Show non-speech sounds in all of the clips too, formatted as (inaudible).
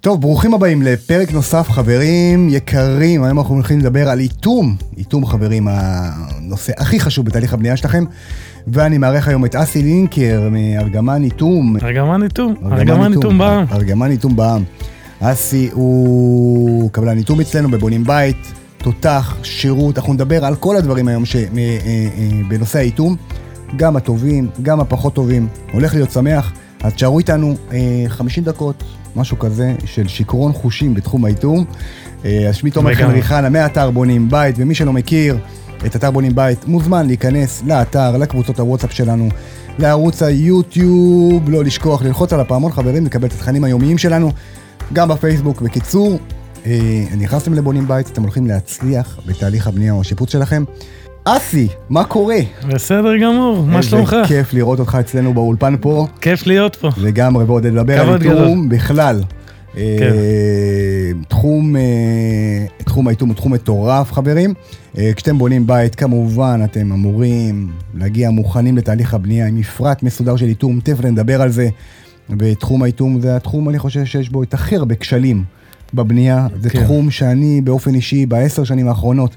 טוב, ברוכים הבאים לפרק נוסף, חברים יקרים. היום אנחנו הולכים לדבר על איתום. איתום, חברים, הנושא הכי חשוב בתהליך הבנייה שלכם. ואני מארח היום את אסי לינקר מארגמן איתום. ארגמן איתום, ארגמן איתום בעם. ארגמן איתום בעם. אסי הוא קבלן איתום אצלנו בבונים בית, תותח, שירות, אנחנו נדבר על כל הדברים היום ש... אה, אה, אה, בנושא האיתום, גם הטובים, גם הפחות טובים, הולך להיות שמח. אז תשארו איתנו אה, 50 דקות, משהו כזה, של שיכרון חושים בתחום האיתום. אה, אז שמי תומר לגמרי. חן חנה מאתר בונים בית, ומי שלא מכיר את אתר בונים בית מוזמן להיכנס לאתר, לקבוצות הוואטסאפ שלנו, לערוץ היוטיוב, לא לשכוח ללחוץ על הפעמון חברים, לקבל את התכנים היומיים שלנו, גם בפייסבוק. בקיצור, אה, נכנסתם לבונים בית, אתם הולכים להצליח בתהליך הבנייה או השיפוץ שלכם. אסי, מה קורה? בסדר גמור, מה שלומך? איזה כיף לראות אותך אצלנו באולפן פה. כיף להיות פה. לגמרי, ועוד לדבר על כבוד איתום גדול. כן. בכלל. אה, תחום, אה, תחום האיתום הוא תחום מטורף, חברים. אה, כשאתם בונים בית, כמובן, אתם אמורים להגיע מוכנים לתהליך הבנייה עם מפרט מסודר של איתום, תכף נדבר על זה. ותחום האיתום זה התחום, אני חושב, שיש בו את הכי הרבה כשלים בבנייה. זה כן. תחום שאני, באופן אישי, בעשר שנים האחרונות,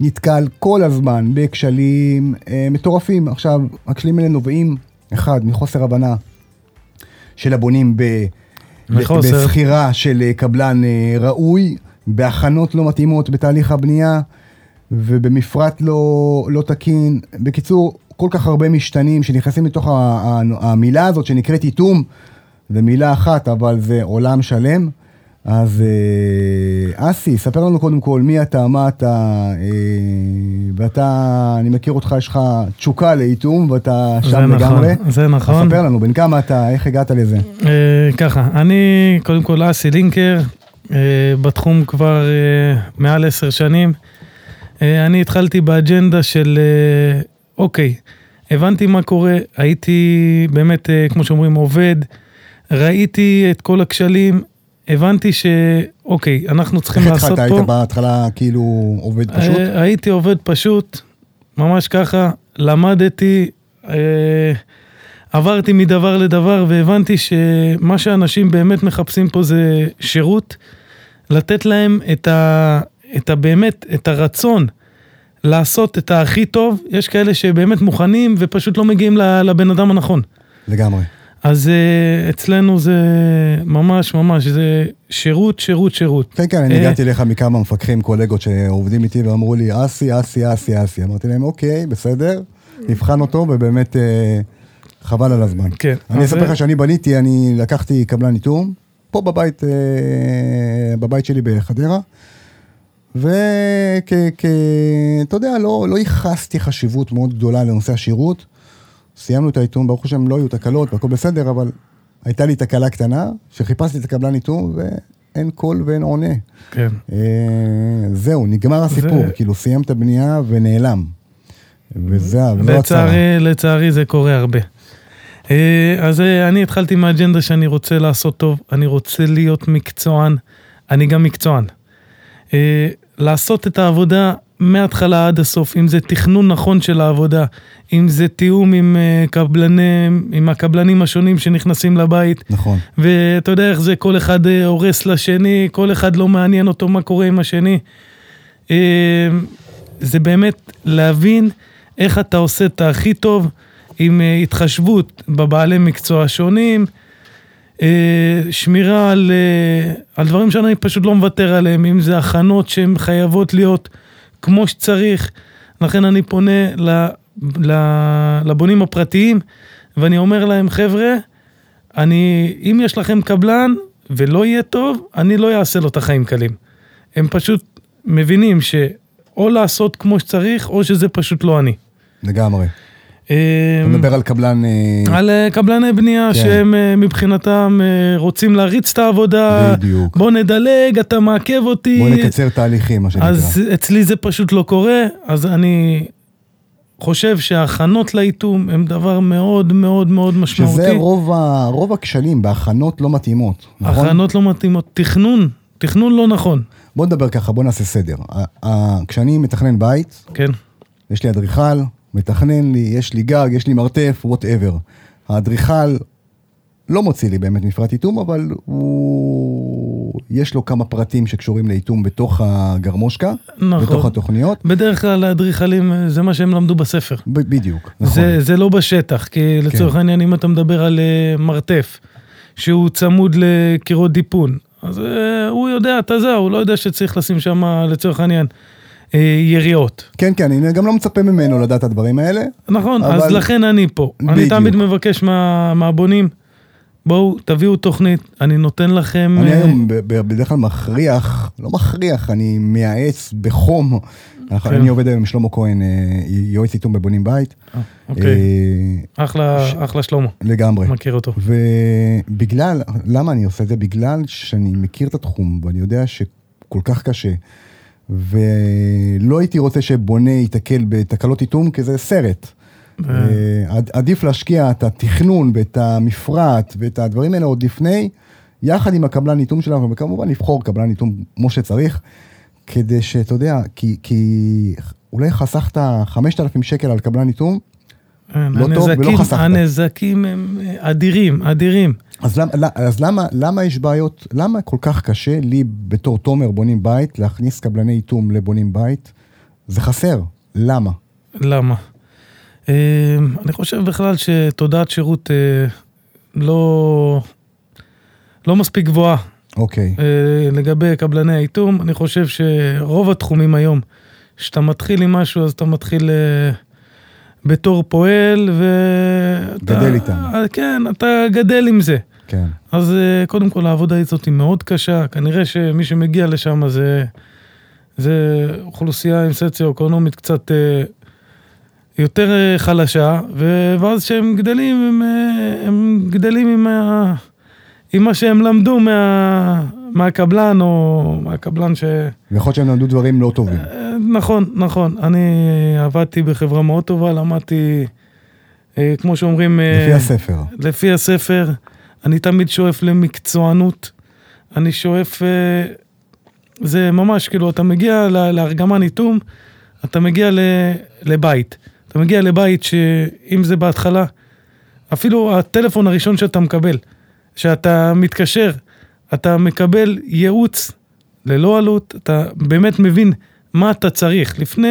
נתקל כל הזמן בכשלים אה, מטורפים. עכשיו, הכשלים האלה נובעים, אחד, מחוסר הבנה של הבונים ב... ב- מחוסר. בבחירה של אה, קבלן אה, ראוי, בהכנות לא מתאימות בתהליך הבנייה ובמפרט לא, לא תקין. בקיצור, כל כך הרבה משתנים שנכנסים לתוך ה- ה- המילה הזאת שנקראת איתום, זה מילה אחת, אבל זה עולם שלם. אז אה, אסי, ספר לנו קודם כל מי אתה, מה אתה, אה, ואתה, אני מכיר אותך, יש לך תשוקה לאיתום, ואתה זה שם נכון, לגמרי. זה אז נכון. ספר לנו, בן כמה אתה, איך הגעת לזה? אה, ככה, אני קודם כל אסי לינקר, אה, בתחום כבר אה, מעל עשר שנים. אה, אני התחלתי באג'נדה של אה, אוקיי, הבנתי מה קורה, הייתי באמת, אה, כמו שאומרים, עובד, ראיתי את כל הכשלים, הבנתי שאוקיי, אנחנו צריכים איך לעשות התחלת? פה... היית בהתחלה כאילו עובד פשוט? אה, הייתי עובד פשוט, ממש ככה, למדתי, אה, עברתי מדבר לדבר והבנתי שמה שאנשים באמת מחפשים פה זה שירות, לתת להם את ה... את ה... באמת, את הרצון לעשות את הכי טוב, יש כאלה שבאמת מוכנים ופשוט לא מגיעים ל- לבן אדם הנכון. לגמרי. אז אה, אצלנו זה ממש ממש, זה שירות, שירות, שירות. כן, כן, אני אה. הגעתי אליך מכמה מפקחים, קולגות שעובדים איתי ואמרו לי, אסי, אסי, אסי, אסי. אמרתי להם, אוקיי, בסדר, נבחן אותו, ובאמת אה, חבל על הזמן. כן. אני אז- אספר לך שאני בניתי, אני לקחתי קבלן איתום, פה בבית, אה, בבית שלי בחדרה, וכ... כ- אתה יודע, לא, לא ייחסתי חשיבות מאוד גדולה לנושא השירות. סיימנו את האיתום, ברוך השם לא היו תקלות והכל בסדר, אבל הייתה לי תקלה קטנה, שחיפשתי את הקבלן איתום ואין קול ואין עונה. כן. אה, זהו, נגמר הסיפור, זה- כאילו סיים את הבנייה ונעלם. לא וזה, זו הצרה. לצערי, לצערי זה קורה הרבה. אה, אז אה, אני התחלתי מהאג'נדה שאני רוצה לעשות טוב, אני רוצה להיות מקצוען, אני גם מקצוען. אה, לעשות את העבודה מההתחלה עד הסוף, אם זה תכנון נכון של העבודה, אם זה תיאום עם, אה, קבלנים, עם הקבלנים השונים שנכנסים לבית, נכון. ואתה יודע איך זה, כל אחד אה, הורס לשני, כל אחד לא מעניין אותו מה קורה עם השני. אה, זה באמת להבין איך אתה עושה את הכי טוב עם אה, התחשבות בבעלי מקצוע שונים, אה, שמירה על, אה, על דברים שאני פשוט לא מוותר עליהם, אם זה הכנות שהן חייבות להיות כמו שצריך. לכן אני פונה ל- ל- לבונים הפרטיים ואני אומר להם, חבר'ה, אני, אם יש לכם קבלן ולא יהיה טוב, אני לא אעשה לו את החיים קלים. הם פשוט מבינים שאו לעשות כמו שצריך, או שזה פשוט לא אני. לגמרי. אה, אתה מדבר על קבלן... אה, על אה, קבלני בנייה כן. שהם אה, מבחינתם אה, רוצים להריץ את העבודה, בדיוק. בוא נדלג, אתה מעכב אותי. בוא נקצר תהליכים, מה שנקרא. אז אצלי זה פשוט לא קורה, אז אני חושב שההכנות לאיתום הם דבר מאוד מאוד מאוד משמעותי. שזה רוב, ה, רוב הכשלים בהכנות לא מתאימות, נכון? הכנות לא מתאימות, תכנון, תכנון לא נכון, בוא נדבר ככה, בוא נעשה סדר. ה- ה- כשאני מתכנן בית, כן, יש לי אדריכל, מתכנן לי, יש לי גג, יש לי מרתף, וואטאבר. האדריכל לא מוציא לי באמת מפרט איתום, אבל הוא... יש לו כמה פרטים שקשורים לאיתום בתוך הגרמושקה, נכון. בתוך התוכניות. בדרך כלל האדריכלים, אה, זה מה שהם למדו בספר. ב- בדיוק, נכון. כן. זה, זה לא בשטח, כי לצורך העניין, אם אתה מדבר על אה, מרתף, שהוא צמוד לקירות דיפון, אז אה, הוא יודע, אתה זה, הוא לא יודע שצריך לשים שם, לצורך העניין, אה, יריות. כן, כן, אני גם לא מצפה ממנו לדעת את הדברים האלה. נכון, אבל... אז אבל- לכן אני פה. אני בדיוק. תמיד מבקש מה, מהבונים, בואו, תביאו תוכנית, אני נותן לכם... אני אה, היום ב- ב- בדרך כלל מכריח, לא מכריח, אני מייעץ בחום. כן. אנחנו- אני עובד היום עם שלמה כהן, אה, יועץ איתום בבונים בית. אה, אוקיי, אה, אחלה, ש- אחלה שלמה, לגמרי. מכיר אותו. ובגלל, למה אני עושה את זה? בגלל שאני מכיר את התחום ואני יודע שכל כך קשה. ולא הייתי רוצה שבונה ייתקל בתקלות איתום, כי זה סרט. אה, עד- עדיף להשקיע את התכנון ואת המפרט ואת הדברים האלה עוד לפני, יחד עם הקבלן איתום שלנו, וכמובן לבחור קבלן איתום כמו שצריך, כדי שאתה יודע, כי, כי אולי חסכת 5,000 שקל על קבלן איתום, לא טוב ולא כן, הנזקים- חסכת. הנזקים הם אה, אדירים, אדירים. אז למה, לא- אז למה, למה יש בעיות, למה כל כך קשה לי בתור תומר בונים בית, להכניס קבלני איתום לבונים בית? זה חסר, למה? למה? אה, אני חושב בכלל שתודעת שירות אה, לא, לא מספיק גבוהה אוקיי, אה, לגבי קבלני האיתום. אני חושב שרוב התחומים היום, כשאתה מתחיל עם משהו, אז אתה מתחיל אה, בתור פועל, ואתה... גדל איתם. אה, כן, אתה גדל עם זה. כן, אז אה, קודם כל העבודה הזאת היא מאוד קשה, כנראה שמי שמגיע לשם זה, זה אוכלוסייה עם סוציו-אקונומית קצת אה, יותר אה, חלשה, ו- ואז כשהם גדלים, הם, אה, הם גדלים עם, ה, עם מה שהם למדו מה, מהקבלן, או מהקבלן ש... ויכול להיות שהם למדו דברים לא טובים. אה, נכון, נכון, אני עבדתי בחברה מאוד טובה, למדתי, אה, כמו שאומרים... אה, לפי הספר, לפי הספר, אני תמיד שואף למקצוענות. אני שואף... אה, זה ממש, כאילו, אתה מגיע ל- לארגמן איתום, אתה מגיע ל, לבית. אתה מגיע לבית שאם זה בהתחלה, אפילו הטלפון הראשון שאתה מקבל, שאתה מתקשר, אתה מקבל ייעוץ ללא עלות, אתה באמת מבין מה אתה צריך. לפני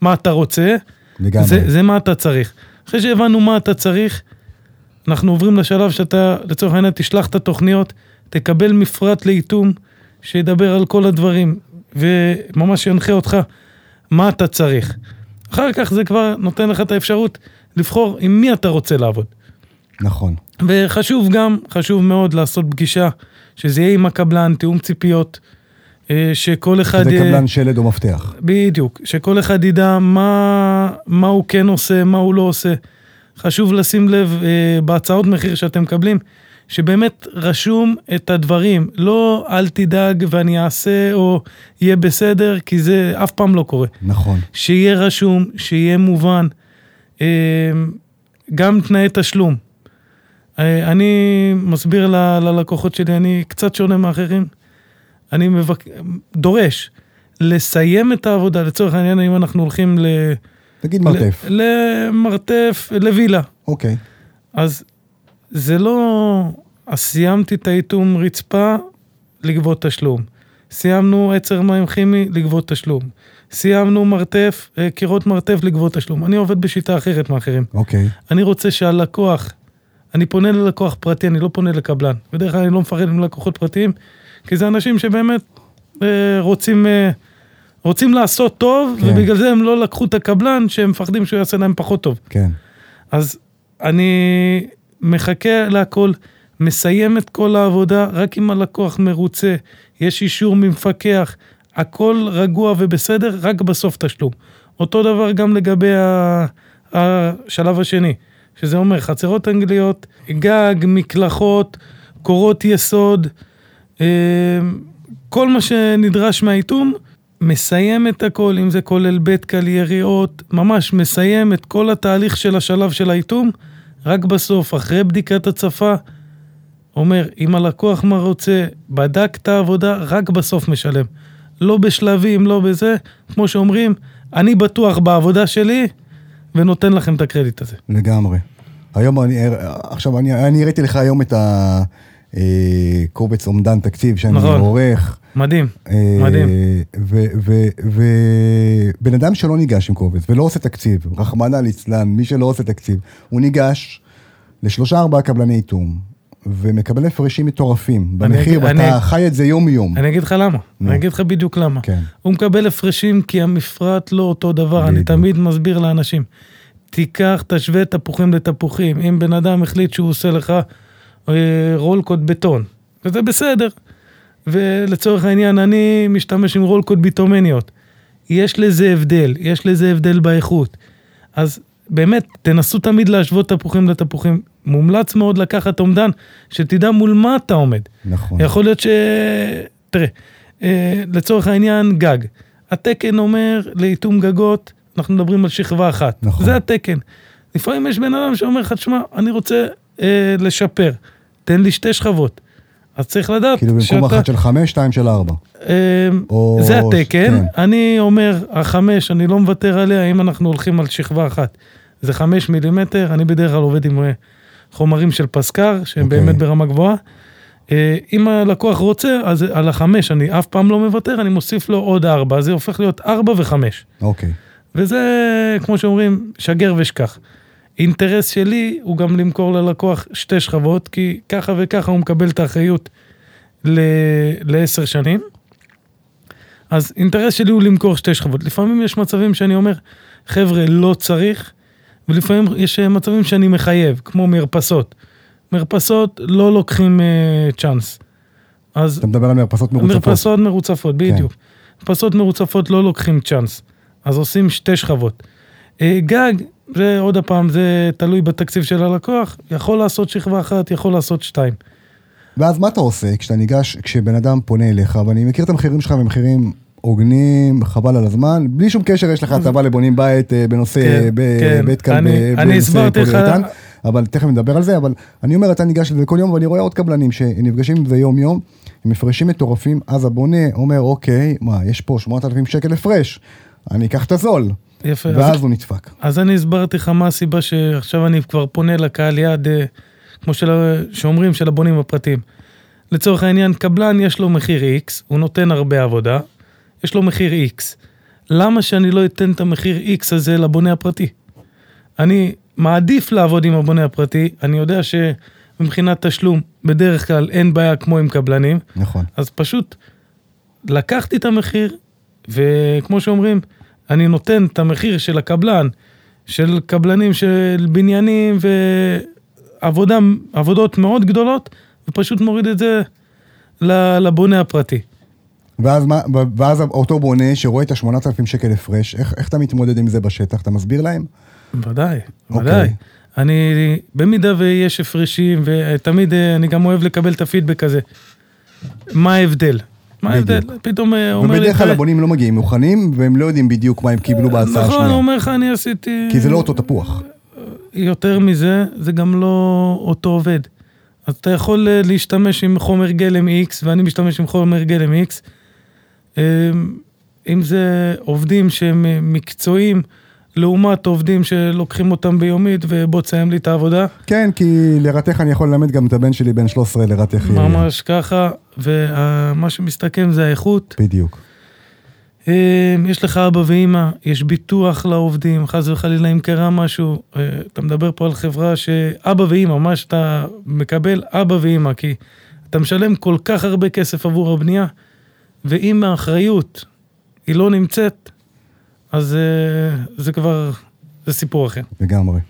מה אתה רוצה, לגמרי. זה, זה מה אתה צריך. אחרי שהבנו מה אתה צריך, אנחנו עוברים לשלב שאתה, לצורך העניין, תשלח את התוכניות, תקבל מפרט לאיתום שידבר על כל הדברים, וממש ינחה אותך מה אתה צריך. אחר כך זה כבר נותן לך את האפשרות לבחור עם מי אתה רוצה לעבוד. נכון. וחשוב גם, חשוב מאוד לעשות פגישה, שזה יהיה עם הקבלן, תיאום ציפיות, אה, שכל אחד... זה אה, קבלן שלד או מפתח. בדיוק, שכל אחד ידע מה, מה הוא כן עושה, מה הוא לא עושה. חשוב לשים לב אה, בהצעות מחיר שאתם מקבלים, שבאמת רשום את הדברים, לא אל תדאג ואני אעשה או יהיה בסדר, כי זה אף פעם לא קורה. נכון, שיהיה רשום, שיהיה מובן, אה, גם תנאי תשלום. אה, אני מסביר ל- ללקוחות שלי, אני קצת שונה מאחרים, אני מבק... דורש לסיים את העבודה, לצורך העניין, אם אנחנו הולכים ל... תגיד מרתף, ל- למרתף, לווילה. אוקיי. אז זה לא, אז סיימתי את האיטום רצפה, לגבות תשלום. סיימנו עצר מים כימי, לגבות תשלום. סיימנו מרתף, אה, קירות מרתף, לגבות תשלום. אני עובד בשיטה אחרת מאחרים. אוקיי, אני רוצה שהלקוח, אני פונה ללקוח פרטי, אני לא פונה לקבלן. בדרך כלל אני לא מפחד מלקוחות פרטיים, כי זה אנשים שבאמת אה, רוצים, אה, רוצים לעשות טוב, כן. כן. ובגלל זה הם לא לקחו את הקבלן, שהם מפחדים שהוא יעשה להם פחות טוב. כן, אז אני מחכה להכל, מסיים את כל העבודה, רק אם הלקוח מרוצה, יש אישור ממפקח, הכל רגוע ובסדר, רק בסוף תשלום. אותו דבר גם לגבי ה- השלב השני, שזה אומר חצרות אנגליות, גג, מקלחות, קורות יסוד, אה, כל מה שנדרש מהאיתום, מסיים את הכל, אם זה כולל בית קל יריעות, ממש מסיים את כל התהליך של השלב של האיתום, רק בסוף, אחרי בדיקת הצפה, אומר, אם הלקוח מה רוצה, בדק את העבודה, רק בסוף משלם. לא בשלבים, לא בזה, כמו שאומרים, אני בטוח בעבודה שלי, ונותן לכם את הקרדיט הזה. לגמרי. היום אני, עכשיו אני, אני הראיתי לך היום את, ה, אה, קובץ אומדן תקציב שאני נכון. עורך. מדהים, אה, מדהים. ו- ו- ו- בן אדם שלא ניגש עם קובץ ולא עושה תקציב, רחמנא ליצלן, מי שלא עושה תקציב, הוא ניגש לשלושה ארבעה קבלני איתום, ומקבל הפרשים מטורפים, אני- במחיר, אני- ואתה חי את זה יום-יום. אני אגיד לך למה, נו. אני אגיד לך בדיוק למה. כן. הוא מקבל הפרשים כי המפרט לא אותו דבר, אני בדיוק. תמיד מסביר לאנשים. תיקח, תשווה תפוחים לתפוחים. אם בן אדם החליט שהוא עושה לך אה, רולקות בטון, וזה בסדר. ולצורך העניין, אני משתמש עם רולקות ביטומניות. יש לזה הבדל, יש לזה הבדל באיכות. אז באמת, תנסו תמיד להשוות תפוחים לתפוחים. מומלץ מאוד לקחת אומדן, שתדע מול מה אתה עומד. נכון. יכול להיות ש... תראה, אה, לצורך העניין גג. התקן אומר לאיטום גגות, אנחנו מדברים על שכבה אחת. נכון. זה התקן. לפעמים יש בן אדם שאומר לך, תשמע, אני רוצה אה, לשפר, תן לי שתי שכבות. אז צריך לדעת כאילו במקום אחת של חמש, שתיים של ארבע. אה, או- זה התקן, כן. אני אומר, החמש, אני לא מוותר עליה, אם אנחנו הולכים על שכבה אחת. זה חמש מילימטר, אני בדרך כלל עובד עם אה, חומרים של פסקר, שהם אוקיי. באמת ברמה גבוהה. אה, אם הלקוח רוצה, אז על החמש אני אף פעם לא מוותר, אני מוסיף לו עוד ארבע, אז זה הופך להיות ארבע וחמש. אוקיי. וזה, כמו שאומרים, שגר ושכח. אינטרס שלי הוא גם למכור ללקוח שתי שכבות, כי ככה וככה הוא מקבל את האחריות ל- לעשר שנים. אז אינטרס שלי הוא למכור שתי שכבות. לפעמים יש מצבים שאני אומר, חבר'ה, לא צריך, ולפעמים יש אה, מצבים שאני מחייב, כמו מרפסות. מרפסות לא לוקחים אה, צ'אנס. אז אתה מדבר על מרפסות מרוצפות. כן. מרפסות מרוצפות, בדיוק. מרפסות מרוצפות לא לוקחים צ'אנס, אז עושים שתי שכבות. אה, גג, זה עוד הפעם, זה תלוי בתקציב של הלקוח, יכול לעשות שכבה אחת, יכול לעשות שתיים. ואז מה אתה עושה כשאתה ניגש, כשבן אדם פונה אליך, ואני מכיר את המחירים שלך במחירים הוגנים, חבל על הזמן, בלי שום קשר יש לך הטבה לבונים בית אה, בנושא, כן, אה, ב- כן. בית כאן, אני- ב- אני בנושא הסברתי לך- פוליורטן, אבל תכף נדבר על זה, אבל אני אומר, אתה ניגש לזה כל יום, ואני רואה עוד קבלנים שנפגשים עם זה יום-יום, עם הפרשים מטורפים, אז הבונה אומר, אוקיי, מה, יש פה 8,000 שקל הפרש, אני אקח את הזול, יפה. אז ואז הוא נדפק. אז אני הסברתי לך מה הסיבה שעכשיו אני כבר פונה לקהל יעד, אה, כמו של, שאומרים, של הבונים הפרטיים. לצורך העניין, קבלן יש לו מחיר X, הוא נותן הרבה עבודה, יש לו מחיר X. למה שאני לא אתן את המחיר X הזה לבונה הפרטי? אני מעדיף לעבוד עם הבונה הפרטי, אני יודע שמבחינת תשלום, בדרך כלל אין בעיה כמו עם קבלנים, נכון. אז פשוט לקחתי את המחיר, וכמו שאומרים, אני נותן את המחיר של הקבלן, של קבלנים של בניינים ועבודות מאוד גדולות, ופשוט מוריד את זה ל- לבונה הפרטי. ואז, מה, ו- ואז אותו בונה שרואה את ה-8,000 שקל הפרש, איך, איך אתה מתמודד עם זה בשטח? אתה מסביר להם? ודאי, אוקיי. ודאי. אני, במידה ויש הפרשים, ותמיד אה, אני גם אוהב לקבל את הפידבק הזה. מה ההבדל? מה ההבדל? פתאום אה, אומר לי... ובדרך כלל "תראה, הבונים לא מגיעים מוכנים, והם לא יודעים בדיוק מה הם קיבלו בהצעה נכון, הוא השנייה. אומר לך, אני עשיתי... כי זה לא אותו תפוח. יותר מזה, זה גם לא אותו עובד. אז אתה יכול אה, להשתמש עם חומר גלם X, ואני משתמש עם חומר גלם X. אה, אם זה עובדים שהם אה, מקצועיים, לעומת עובדים שלוקחים אותם ביומית, ובוא תסיים לי את העבודה. כן, כי לרתך אני יכול ללמד גם את הבן שלי בן 13 לרתך. אה, ממש ככה, ומה שמסתכם זה האיכות. בדיוק. אה, יש לך אבא ואימא, יש ביטוח לעובדים, חס וחלילה אם קרה משהו, אה, אתה מדבר פה על חברה שאבא ואימא, מה שאתה מקבל, אבא ואימא, כי אתה משלם כל כך הרבה כסף עבור הבנייה, ואם האחריות היא לא נמצאת, אז אה, זה כבר, זה סיפור אחר. לגמרי.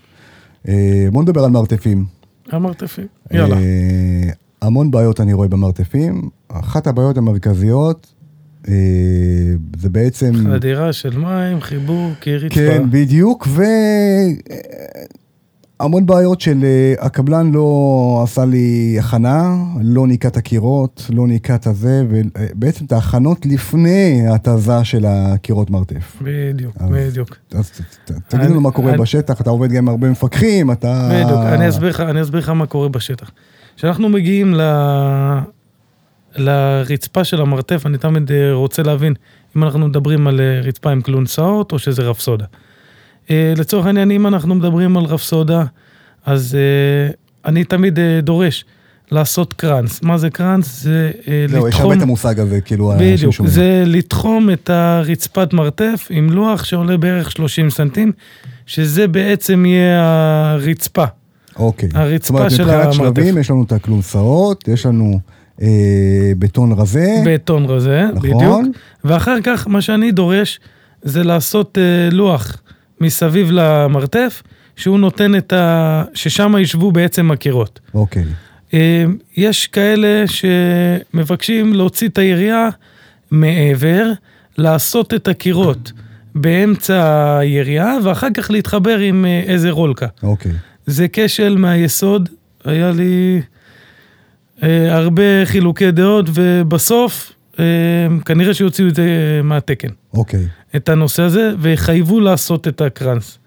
אה, בוא נדבר על מרתפים. אמרת יפה, יאללה. אה, המון בעיות אני רואה במרתפים. אחת הבעיות המרכזיות אה, זה בעצם... חדירה של מים, חיבור, קיר רצפה. כן, בדיוק, והמון בעיות של אה, הקבלן לא עשה לי הכנה, לא ניקה את הקירות, לא ניקה את הזה, ובעצם את ההכנות לפני ההתזה של הקירות מרתף. בדיוק, אז- בדיוק. אז ת- ת- תגיד אני- לנו מה קורה אני- בשטח, אתה עובד גם עם הרבה מפקחים, אתה... בדיוק, אני אסביר לך, אני אסביר לך מה קורה בשטח. כשאנחנו מגיעים ל... לרצפה של המרתף, אני תמיד אה, רוצה להבין אם אנחנו מדברים על אה, רצפה עם כלונסאות או שזה רפסודה. אה, לצורך העניין, אם אנחנו מדברים על רפסודה, אז אה, אני תמיד אה, דורש לעשות קראנס. מה זה קראנס? זה אה, זהו, יש הרבה את המושג הזה, כאילו, האנשים בדיוק, שומעים. זה לתחום את הרצפת מרתף עם לוח שעולה בערך 30 סנטים, שזה בעצם יהיה הרצפה. אוקיי. הרצפה של זאת אומרת, מבחינת המרתף. שלבים יש לנו את הכלונסאות, יש לנו אה, בטון רזה. בטון רזה, נכון. בדיוק. ואחר כך, מה שאני דורש זה לעשות אה, לוח מסביב למרתף, שהוא נותן את ה... ששם ישבו בעצם הקירות. אוקיי. אה, יש כאלה שמבקשים להוציא את היריעה מעבר, לעשות את הקירות באמצע היריעה, ואחר כך להתחבר עם אה, איזה רולקה. אוקיי. זה כשל מהיסוד, היה לי אה, הרבה חילוקי דעות, ובסוף אה, כנראה שיוציאו את זה אה, מהתקן, אוקיי. את הנושא הזה, ויחייבו לעשות את הקרנס.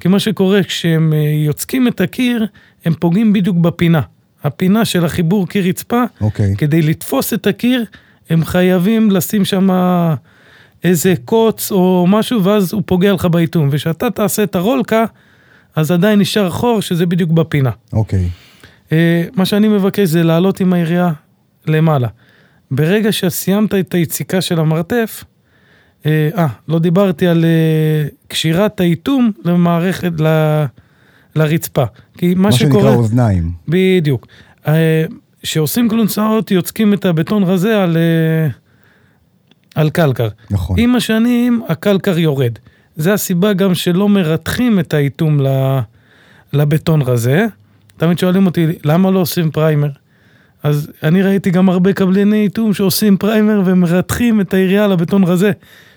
כי מה שקורה כשהם אה, יוצקים את הקיר, הם פוגעים בדיוק בפינה. הפינה של החיבור קיר רצפה, אוקיי. כדי לתפוס את הקיר, הם חייבים לשים שם איזה קוץ או משהו, ואז הוא פוגע לך באיטום. וכשאתה תעשה את הרולקה, אז עדיין נשאר חור שזה בדיוק בפינה. אוקיי. אה, מה שאני מבקש זה לעלות עם היריעה למעלה. ברגע שסיימת את היציקה של המרתף, אה, אה, לא דיברתי על אה, קשירת האיטום למערכת, ל, לרצפה. כי מה, מה שקורה... שנקרא אוזניים. בדיוק. אה, כשעושים כלונסאות, יוצקים את הבטון רזה על, אה, על קלקר. נכון. עם השנים הקלקר יורד. זה הסיבה גם שלא מרתחים את האיטום ל- לבטון רזה. תמיד שואלים אותי, למה לא עושים פריימר? אז אני ראיתי גם הרבה קבלני איטום שעושים פריימר ומרתחים את היריעה לבטון רזה,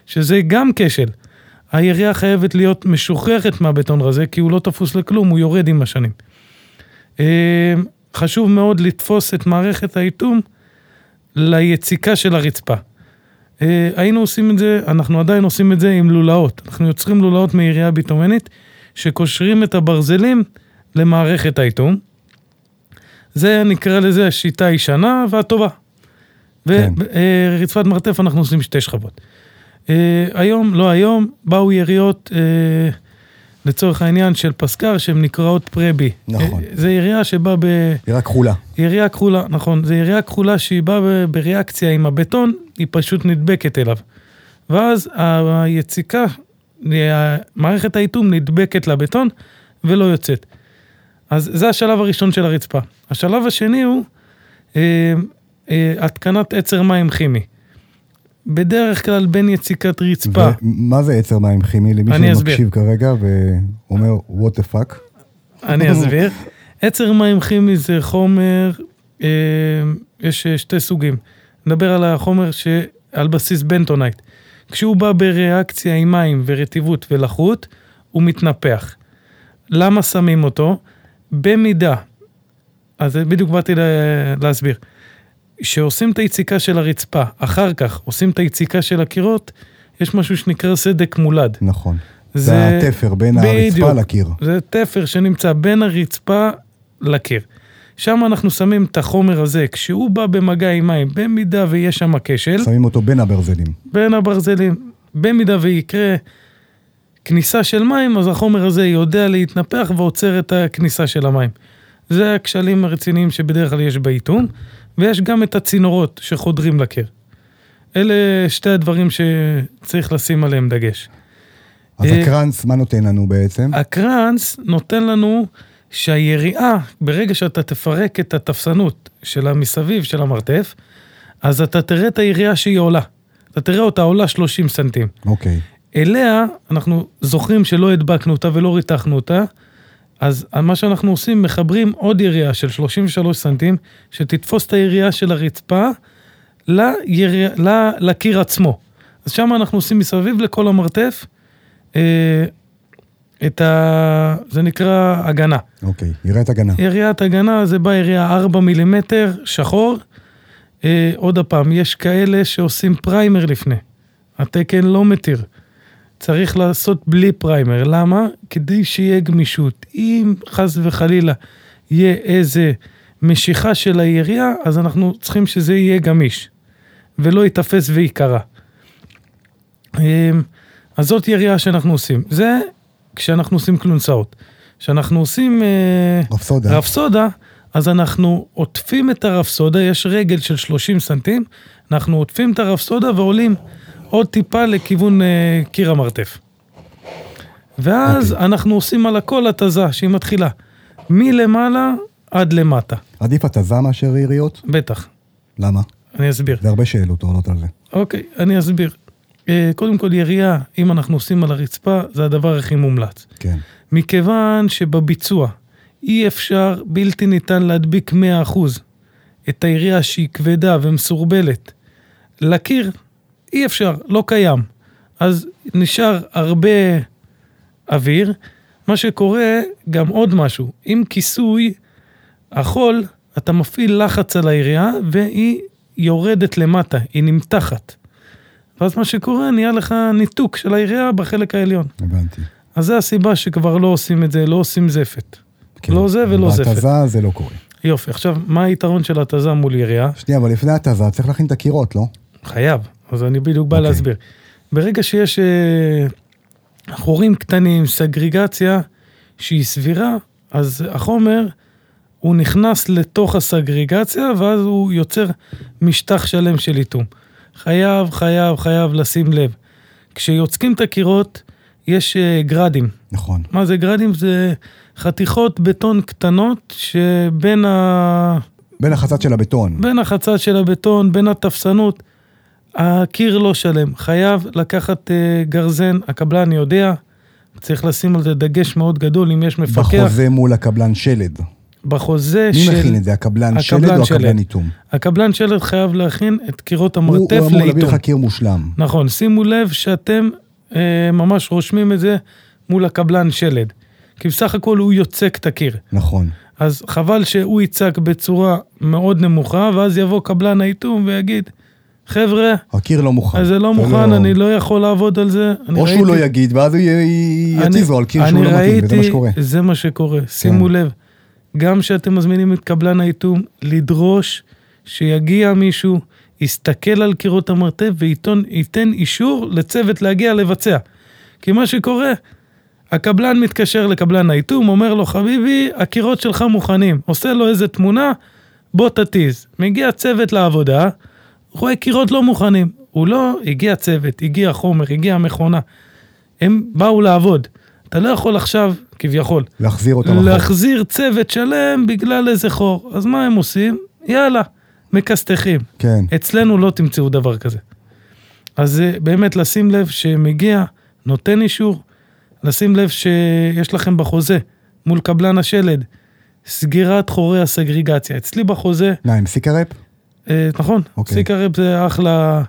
שזה גם כשל. היריעה חייבת להיות משוחררת מהבטון רזה, כי הוא לא תפוס לכלום, הוא יורד עם השנים. אה, חשוב מאוד לתפוס את מערכת האיטום ליציקה של הרצפה. אה, היינו עושים את זה, אנחנו עדיין עושים את זה עם לולאות. אנחנו יוצרים לולאות מעירייה ביטומנית, שקושרים את הברזלים למערכת האיטום. זה נקרא לזה השיטה הישנה והטובה. כן. ורצפת מרתף אנחנו עושים שתי שכבות. אה, היום, לא היום, באו יריות, אה, לצורך העניין, של פסקר, שהן נקראות פרבי. נכון. אה, זה ירייה שבאה ב... היא רק כחולה. יריעה כחולה, נכון, זה יריעה כחולה שהיא באה ב- בריאקציה עם הבטון, היא פשוט נדבקת אליו. ואז ה- היציקה, ה- מערכת האיטום נדבקת לבטון ולא יוצאת. אז זה השלב הראשון של הרצפה. השלב השני הוא אה, אה, התקנת עצר מים כימי. בדרך כלל בין יציקת רצפה, מה זה עצר מים כימי למי אני שמקשיב כרגע ואומר what the fuck? אני אסביר. עצר מים כימי זה חומר, אה, יש אה, שתי סוגים. נדבר על החומר שעל בסיס בנטונייט. כשהוא בא בריאקציה עם מים ורטיבות ולחות, הוא מתנפח. למה שמים אותו? במידה, אז זה בדיוק באתי לה- להסביר. כשעושים את היציקה של הרצפה, אחר כך עושים את היציקה של הקירות, יש משהו שנקרא סדק מולד. נכון. זה התפר בין הרצפה בדיוק. לקיר. זה תפר שנמצא בין הרצפה לקיר. שם אנחנו שמים את החומר הזה, כשהוא בא במגע עם מים, במידה ויש שם כשל, שמים אותו בין הברזלים. בין הברזלים, במידה ויקרה כניסה של מים, אז החומר הזה יודע להתנפח ועוצר את הכניסה של המים. זה הכשלים הרציניים שבדרך כלל יש באיטום, ויש גם את הצינורות שחודרים לקיר. אלה שתי הדברים שצריך לשים עליהם דגש. אז אה, הקרנץ, מה נותן לנו בעצם? הקרנס נותן לנו שהיריעה, ברגע שאתה תפרק את התפסנות של המסביב של המרתף, אז אתה תראה את היריעה שהיא עולה. אתה תראה אותה עולה 30 סנטים. אוקיי. אליה, אנחנו זוכרים שלא הדבקנו אותה ולא ריתחנו אותה, אז מה שאנחנו עושים, מחברים עוד יריעה של 33 סנטים, שתתפוס את היריעה של הרצפה ליריה, ל, לקיר עצמו. אז שם אנחנו עושים מסביב לכל המרתף אה, את ה... זה נקרא הגנה. אוקיי. יריית הגנה. יריעת הגנה זה בא יריעה 4 מילימטר, שחור. אה, עוד פעם, יש כאלה שעושים פריימר לפני. התקן לא מתיר. צריך לעשות בלי פריימר. למה? כדי שיהיה גמישות. אם חס וחלילה יהיה איזה משיכה של היריעה, אז אנחנו צריכים שזה יהיה גמיש, ולא ייתפס ויקרה. אה, אז זאת יריעה שאנחנו עושים. זה כשאנחנו עושים כלונסאות. כשאנחנו עושים... אה, רפסודה. רפסודה, אז אנחנו עוטפים את הרפסודה, יש רגל של 30 סנטים, אנחנו עוטפים את הרפסודה ועולים עוד טיפה לכיוון אה, קיר המרתף. ואז okay. אנחנו עושים על הכל התזה שהיא מתחילה, מלמעלה עד למטה, עדיף התזה מאשר יריות? בטח, למה? אני אסביר. זה הרבה שאלות עולות על זה. אוקיי, אני אסביר. אה, קודם כל ירייה, אם אנחנו עושים על הרצפה, זה הדבר הכי מומלץ. כן. מכיוון שבביצוע אי אפשר, בלתי ניתן להדביק 100% את היריעה שהיא כבדה ומסורבלת לקיר, אי אפשר, לא קיים. אז נשאר הרבה אוויר. מה שקורה, גם עוד משהו, עם כיסוי החול, אתה מפעיל לחץ על היריעה והיא יורדת למטה, היא נמתחת. ואז מה שקורה, נהיה לך ניתוק של היריעה בחלק העליון. הבנתי. אז זה הסיבה שכבר לא עושים את זה, לא עושים זפת. כן. לא זה ולא זפת. בהתזה זה לא קורה. יופי, עכשיו, מה היתרון של התזה מול יריעה? שנייה, אבל לפני התזה צריך להכין את הקירות, לא? חייב, אז אני בדיוק בא אוקיי. להסביר. ברגע שיש אה, חורים קטנים, סגרגציה שהיא סבירה, אז החומר, הוא נכנס לתוך הסגרגציה, ואז הוא יוצר משטח שלם של איטום. חייב, חייב, חייב לשים לב. כשיוצקים את הקירות, יש אה, גרדים. נכון. מה זה גרדים? זה חתיכות בטון קטנות שבין ה... בין החצץ של הבטון. בין החצץ של הבטון, בין התפסנות, הקיר לא שלם. חייב לקחת אה, גרזן, הקבלן יודע, צריך לשים על זה דגש מאוד גדול אם יש מפקח. בחוזה מול הקבלן שלד. בחוזה מי של... מכין את זה, הקבלן שלד או הקבלן איתום? הקבלן שלד חייב להכין את קירות הוא המרתף הוא אמור להביא לאיתום. לך קיר מושלם. נכון, שימו לב שאתם אה, ממש רושמים את זה מול הקבלן שלד. כי בסך הכל הוא יוצק את הקיר. נכון. אז חבל שהוא יצעק בצורה מאוד נמוכה, ואז יבוא קבלן האיתום ויגיד, חבר'ה, הקיר לא מוכן. אז זה לא זה מוכן, אני לא יכול לעבוד על זה. אני או שהוא ראיתי- לא יגיד, ואז הוא י- י- אני- יתיזו על קיר שהוא אני לא מתאים, וזה מה שקורה. כן. ראיתי, זה מה שקורה. שימו לב, גם כשאתם מזמינים את קבלן האיתום, לדרוש שיגיע מישהו, יסתכל על קירות המרתף וייתן אישור לצוות להגיע לבצע. כי מה שקורה, הקבלן מתקשר לקבלן האיתום, אומר לו, חביבי, הקירות שלך מוכנים. עושה לו איזה תמונה, בוא תתיז. מגיע צוות לעבודה, רואה קירות לא מוכנים. הוא לא, הגיע צוות, הגיע חומר, הגיע מכונה. הם באו לעבוד. אתה לא יכול עכשיו, כביכול, להחזיר אותם אחורה. להחזיר צוות שלם בגלל איזה חור. אז מה הם עושים? יאללה, מכסתחים. כן. אצלנו לא תמצאו דבר כזה. אז אה, באמת לשים לב שמגיע, נותן אישור, לשים לב שיש לכם בחוזה מול קבלן השלד, סגירת חורי הסגרגציה. אצלי בחוזה, מה, עם סיקה ראפ? אה, נכון, אוקיי. סיקרפ זה אחלה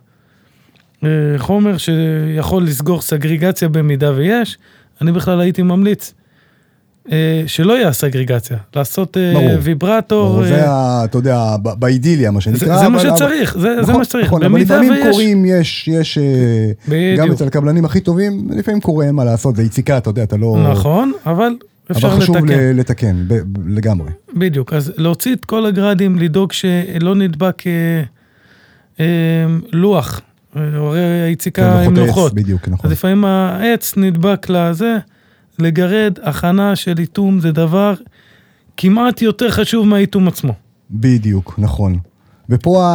אה, חומר שיכול לסגור סגרגציה במידה ויש. אני בכלל הייתי ממליץ אה, שלא יהיה סגרגציה, לעשות אה, ברור. ויברטור. ברור, אה, זה, ה- אתה יודע, ב- באידיליה, מה זה, שנקרא. זה מה אבל- שצריך, זה, זה נכון, מה שצריך. נכון, אבל במידה לפעמים ויש- קורים, יש, יש, אה, בדיוק. גם אצל הקבלנים הכי טובים, לפעמים קורה, אין מה לעשות, זה יציקה, אתה יודע, אתה לא... נכון, אבל אפשר אבל חשוב לתקן. ל... ל- לתקן, ב- ב- לגמרי. בדיוק, אז להוציא את כל הגרדים, לדאוג שלא נדבק אה, אה, לוח. אה, הרי היציקה עם כן, העץ, לוחות. בדיוק, נכון. אז לפעמים העץ נדבק לזה, לגרד, הכנה של איתום זה דבר כמעט יותר חשוב מהאיתום עצמו. בדיוק, נכון. ופה, ה...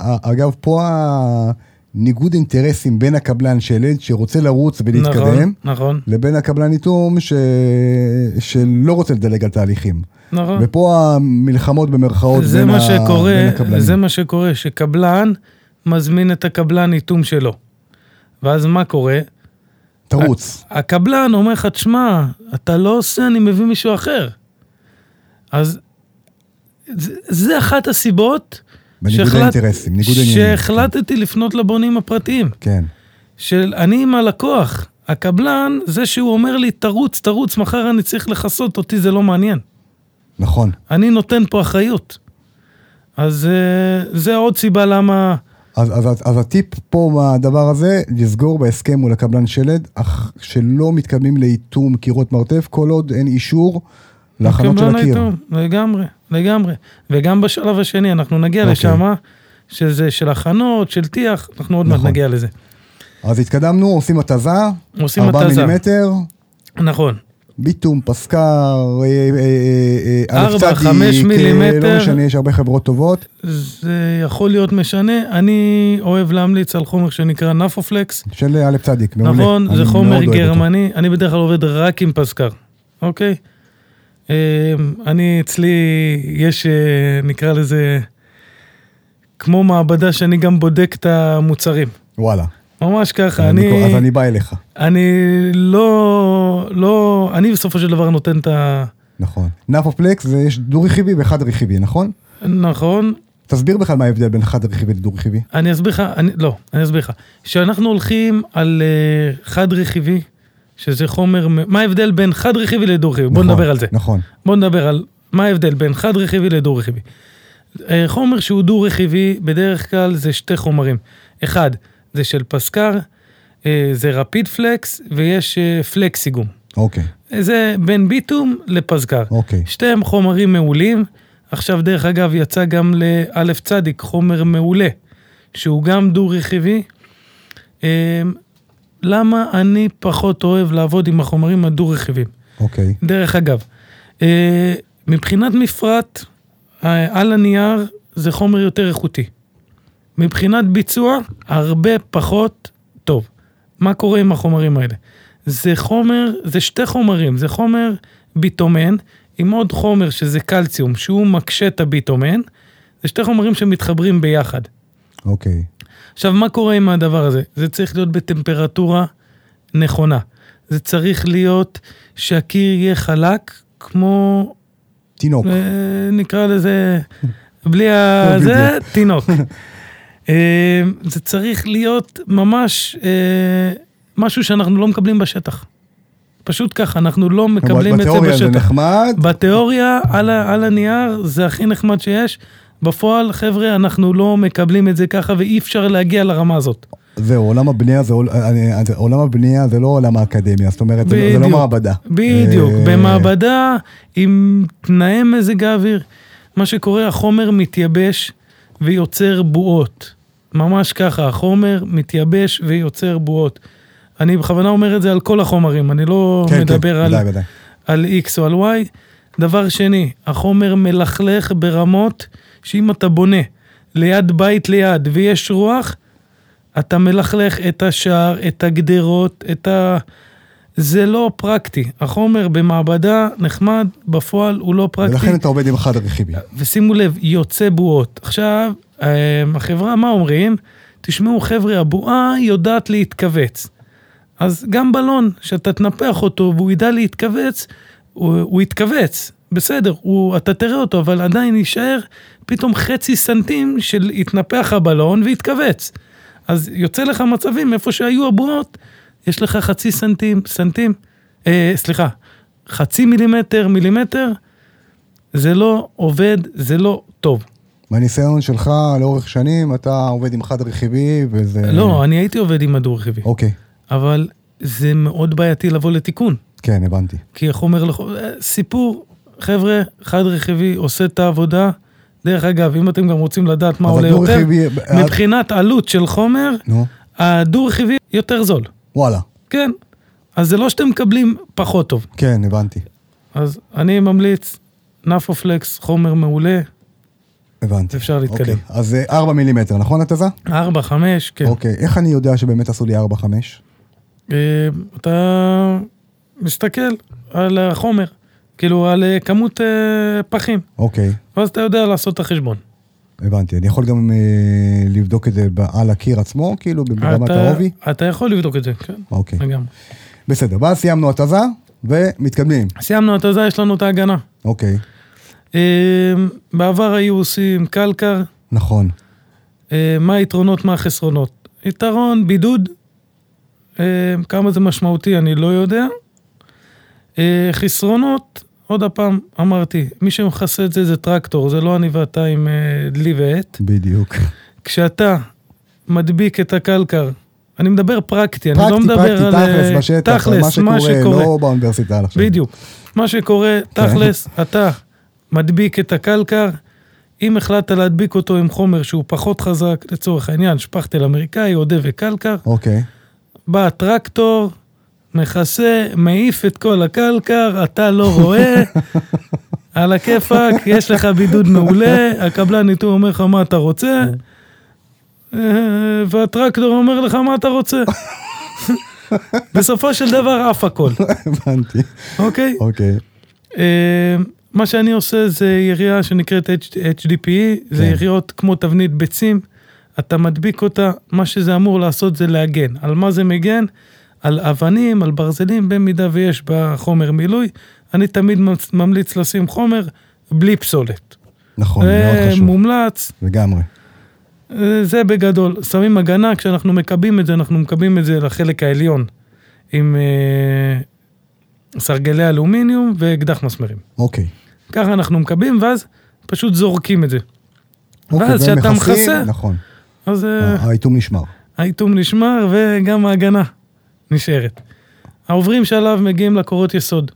ה- אגב, פה הניגוד אינטרסים בין הקבלן שלד, שרוצה לרוץ ולהתקדם, נכון, נכון, לבין הקבלן איתום, ש... שלא רוצה לדלג על תהליכים. נכון. ופה המלחמות במרכאות זה בין, מה ה... שקורה, בין הקבלנים. זה מה שקורה, שקבלן מזמין את הקבלן איתום שלו. ואז מה קורה? תרוץ. הקבלן אומר לך, תשמע, אתה לא עושה, אני מביא מישהו אחר. אז זה, זה אחת הסיבות בניגוד האינטרסים, ניגוד העניינים. שהחלטתי לפנות לבונים הפרטיים. כן, של אני עם הלקוח. הקבלן, זה שהוא אומר לי, תרוץ, תרוץ, מחר אני צריך לכסות, אותי זה לא מעניין. נכון. אני נותן פה אחריות. אז אה, זה עוד סיבה למה... אז, אז, אז, אז הטיפ פה מהדבר הזה, לסגור בהסכם מול הקבלן שלד, אך שלא מתקדמים לאיטום קירות מרתף, כל עוד אין אישור להכנות של קבלן הקיר. האיתום, לגמרי, לגמרי. וגם בשלב השני, אנחנו נגיע אוקיי. לשם, אה? שזה של הכנות, של טיח, אנחנו עוד מעט נכון. נגיע לזה. אז התקדמנו, עושים התזה, עושים 4 התזה. מילימטר, נכון. ביטום, פסקר, אה, אה, אה, אה, ארבע, אלכסדי, חמש כן, מילימטר. לא משנה, יש הרבה חברות טובות. זה יכול להיות משנה. אני אוהב להמליץ על חומר שנקרא נפופלקס. של א' צדיק, מעולה. נכון, זה אני חומר מאוד אוהב אותו. גרמני. אני בדרך כלל עובד רק עם פסקר, אוקיי? אמ, אני, אצלי יש, אה, נקרא לזה, כמו מעבדה שאני גם בודק את המוצרים. וואלה. ממש אז ככה, אני... אז אני, אני בא אליך, אני לא, לא, אני בסופו של דבר נותן את ה... נכון. נפופלקס זה יש דו רכיבי וחד רכיבי, נכון? נכון, תסביר בכלל מה ההבדל בין חד רכיבי לדו רכיבי. אני אסביר לך, אני, לא, אני אסביר לך. כשאנחנו הולכים על uh, חד רכיבי, שזה חומר, מ- מה ההבדל בין חד רכיבי לדו רכיבי? בוא נכון, נדבר על זה. נכון. בוא נדבר על מה ההבדל בין חד רכיבי לדו רכיבי. אה, חומר שהוא דו רכיבי, בדרך כלל זה שתי חומרים. אחד, זה של פסקר, אה, זה רפיד פלקס, ויש אה, פלקסיגום. אה, אוקיי, זה בין ביטום לפזגר. אוקיי. שתיהם חומרים מעולים. עכשיו, דרך אגב, יצא גם לאלף צדיק חומר מעולה, שהוא גם דו-רכיבי. אמ, למה אני פחות אוהב לעבוד עם החומרים הדו-רכיביים? אוקיי. דרך אגב, אה, מבחינת מפרט, אה, על הנייר זה חומר יותר איכותי. מבחינת ביצוע, הרבה פחות טוב. מה קורה עם החומרים האלה? זה חומר, זה שתי חומרים, זה חומר ביטומן עם עוד חומר שזה קלציום, שהוא מקשה את הביטומן, זה שתי חומרים שמתחברים ביחד. אוקיי. עכשיו, מה קורה עם הדבר הזה? זה צריך להיות בטמפרטורה נכונה. זה צריך להיות שהקיר יהיה חלק, כמו, תינוק. אה, נקרא לזה, בלי ה... בדיוק. זה, תינוק. אה, זה צריך להיות ממש אה, משהו שאנחנו לא מקבלים בשטח. פשוט ככה, אנחנו לא מקבלים את זה בתיאוריה זה בשטח. נחמד, בתיאוריה, על, ה- על הנייר, זה הכי נחמד שיש. בפועל, חבר'ה, אנחנו לא מקבלים את זה ככה, ואי אפשר להגיע לרמה הזאת. זהו, עולם הבנייה זה, עול- אני- זה- עולם הבנייה זה לא עולם האקדמיה, זאת אומרת, זה לא- זה לא בדיוק. מעבדה. בדיוק, אה, במעבדה עם תנאי מזג האוויר. מה שקורה, החומר מתייבש ויוצר בועות. ממש ככה, החומר מתייבש ויוצר בועות. אני בכוונה אומר את זה על כל החומרים, אני לא כן, מדבר כן, על, ודאי, ודאי. על X או על Y. דבר שני, החומר מלכלך ברמות שאם אתה בונה ליד בית ליד ויש רוח, אתה מלכלך את השער, את הגדרות, את ה... זה לא פרקטי. החומר במעבדה נחמד, בפועל הוא לא פרקטי. ולכן אתה עובד עם חד רכיבי. ושימו לב, יוצא בועות. עכשיו, אה, החברה, מה אומרים? תשמעו, חבר'ה, הבועה יודעת להתכווץ. אז גם בלון, שאתה תנפח אותו והוא ידע להתכווץ, הוא, הוא יתכווץ, בסדר, הוא, אתה תראה אותו, אבל עדיין יישאר פתאום חצי סנטים של התנפח הבלון ויתכווץ. אז יוצא לך מצבים, איפה שהיו הבועות, יש לך חצי סנטים, סנטים, אה, סליחה, חצי מילימטר, מילימטר, זה לא עובד, זה לא טוב. מהניסיון שלך לאורך שנים, אתה עובד עם חד רכיבי, וזה... לא, אני הייתי עובד עם הדו-רכיבי, כן. אוקיי, אבל זה מאוד בעייתי לבוא לתיקון, כן, הבנתי. כי החומר... לח- אה, סיפור, חבר'ה, חד-רכיבי עושה את העבודה. דרך אגב, אם אתם גם רוצים לדעת מה אבל אה, עולה יותר, דו-רכיבי- מבחינת עלות של חומר, נו, הדו-רכיבי יותר זול, וואלה, כן. אז זה לא שאתם מקבלים פחות טוב. כן, הבנתי, אז אני ממליץ, נפופלקס, חומר מעולה, הבנתי. אפשר להתקדם. אוקיי, אז 4 מילימטר, נכון, התזה? 4, 5, כן. אוקיי, איך אני יודע שבאמת עשו לי 4-5? אה, אתה מסתכל על החומר, כאילו על אה, כמות אה, פחים, אוקיי, ואז אתה יודע לעשות את החשבון. הבנתי. אני יכול גם אה, לבדוק את זה ב- על הקיר עצמו, כאילו, ברמת אתה- העובי? אתה יכול לבדוק את זה, כן, אוקיי. לגמרי. בסדר, ואז סיימנו התזה, ומתקדמים. סיימנו את הזה, יש לנו את ההגנה. אוקיי, אה, בעבר היו עושים קלקר, נכון. אה, מה היתרונות, מה החסרונות. יתרון, בידוד, אה, כמה זה משמעותי אני לא יודע. אה, חסרונות, עוד הפעם, אמרתי, מי שמכסה את זה זה טרקטור, זה לא אני ואתה עם אה, דלי ועט. בדיוק. כשאתה מדביק את הקלקר, אני מדבר פרקטי, אני לא פרקטי, מדבר פרקטי, על... תכלס, אה, בשטח, על תכלס, מה שקורה. לא כן. באוניברסיטה על עכשיו. בדיוק. מה שקורה, תכלס, אתה מדביק את הקלקר, אם החלטת להדביק אותו עם חומר שהוא פחות חזק, לצורך העניין, שפכטל אמריקאי או דבק קלקר, אוקיי, בא הטרקטור, מכסה, מעיף את כל הקלקר, אתה לא רואה, על הכיפאק, יש לך בידוד מעולה, הקבלן איתו אומר לך מה אתה רוצה, אה, והטרקטור אומר לך מה אתה רוצה. בסופו של דבר עף הכל, (laughs) הבנתי. אוקיי? אוקיי. אה, מה שאני עושה זה יריעה שנקראת H- HDPE, זה כן. יריעות כמו תבנית ביצים, אתה מדביק אותה, מה שזה אמור לעשות זה להגן. על מה זה מגן? על אבנים, על ברזלים, במידה ויש בה חומר מילוי. אני תמיד ממ- ממליץ לשים חומר בלי פסולת. נכון, זה מאוד חשוב. מומלץ, לגמרי. אה, זה בגדול. שמים הגנה, כשאנחנו מקבים את זה, אנחנו מקבים את זה לחלק העליון, עם אה, סרגלי אלומיניום ואקדח מסמרים. אוקיי. ככה אנחנו מקבים, ואז פשוט זורקים את זה. אוקיי, ואז והם כשאתה מכסים, מכסה, נכון. אז אה, האיתום נשמר. האיתום נשמר וגם ההגנה נשארת. העוברים שלב מגיעים לקורות יסוד.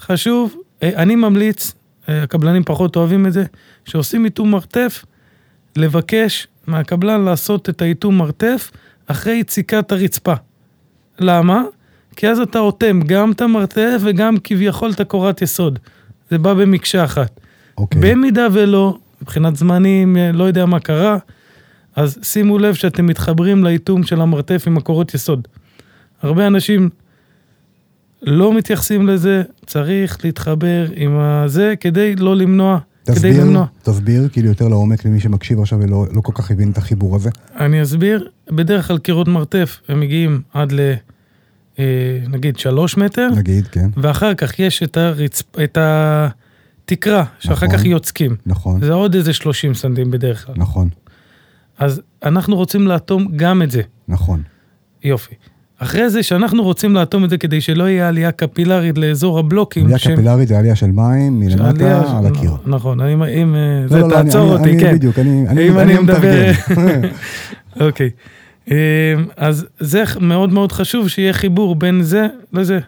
חשוב, אה, אני ממליץ, אה, הקבלנים פחות אוהבים את זה, כשעושים איתום מרתף, לבקש מהקבלן לעשות את האיתום מרתף אחרי יציקת הרצפה. למה? כי אז אתה אוטם גם את המרתף וגם כביכול את הקורת יסוד. זה בא במקשה אחת. אוקיי. במידה ולא, מבחינת זמנים, אה, לא יודע מה קרה, אז שימו לב שאתם מתחברים לאיטום של המרתף עם הקורות יסוד. הרבה אנשים לא מתייחסים לזה, צריך להתחבר עם הזה כדי לא למנוע, כדי לא תסביר, למנוע. תסביר, כאילו יותר לעומק למי שמקשיב עכשיו ולא לא כל כך הבין את החיבור הזה. אני אסביר, בדרך כלל קירות מרתף הם מגיעים עד ל... אה, נגיד שלוש מטר, נגיד, כן. ואחר כך יש את, הרצפ... את התקרה, שאחר נכון. כך יוצקים. נכון, זה עוד איזה 30 סנטים בדרך כלל. נכון, אז אנחנו רוצים לאטום גם את זה. נכון. יופי. אחרי זה שאנחנו רוצים לאטום את זה כדי שלא יהיה עלייה קפילרית לאזור הבלוקים. עלייה ש- קפילרית זה עלייה של מים שעלייה- מלמטה על הקיר. נכון, אם- אם אה, זה לא, לא, לא, אני- תעצור אני- אותי, אני- כן. בדיוק, אני- אני- אם אני אני מדבר... מתרגם. אוקיי. אמ, אז זה מאוד מאוד חשוב שיהיה חיבור בין זה לזה.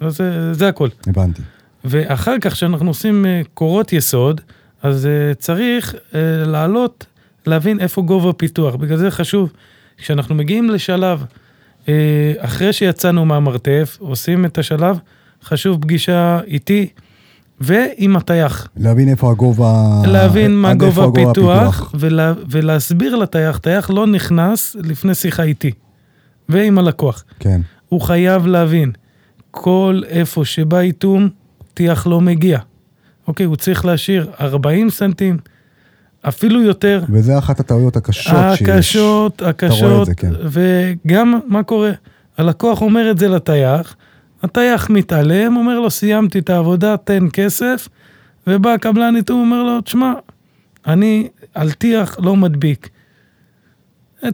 אז זה- זה הכל. (laughs) הבנתי. ואחר כך, כשאנחנו עושים אה, קורות יסוד, אז אה, צריך אה, לעלות, להבין איפה גובה פיתוח. בגלל זה חשוב, כשאנחנו מגיעים לשלב, אה, אחרי שיצאנו מהמרתף, עושים את השלב, חשוב פגישה איתי ועם הטייח. להבין איפה הגובה... להבין מה אה, עד איפה גובה הפיתוח ולה, ולהסביר לטייח, טייח לא נכנס לפני שיחה איתי ועם הלקוח. כן, הוא חייב להבין, כל איפה שבא איתום, טיח לא מגיע. אוקיי, הוא צריך להשאיר 40 סנטים, אפילו יותר. וזה אחת הטעויות הקשות שיש. הקשות, אתה רואה את הקשות, זה, כן. וגם מה קורה? הלקוח אומר את זה לטייח, הטייח מתעלם, אומר לו סיימתי את העבודה, תן כסף, ובא הקבלן איתו, אומר לו, תשמע, אני על טיח לא מדביק.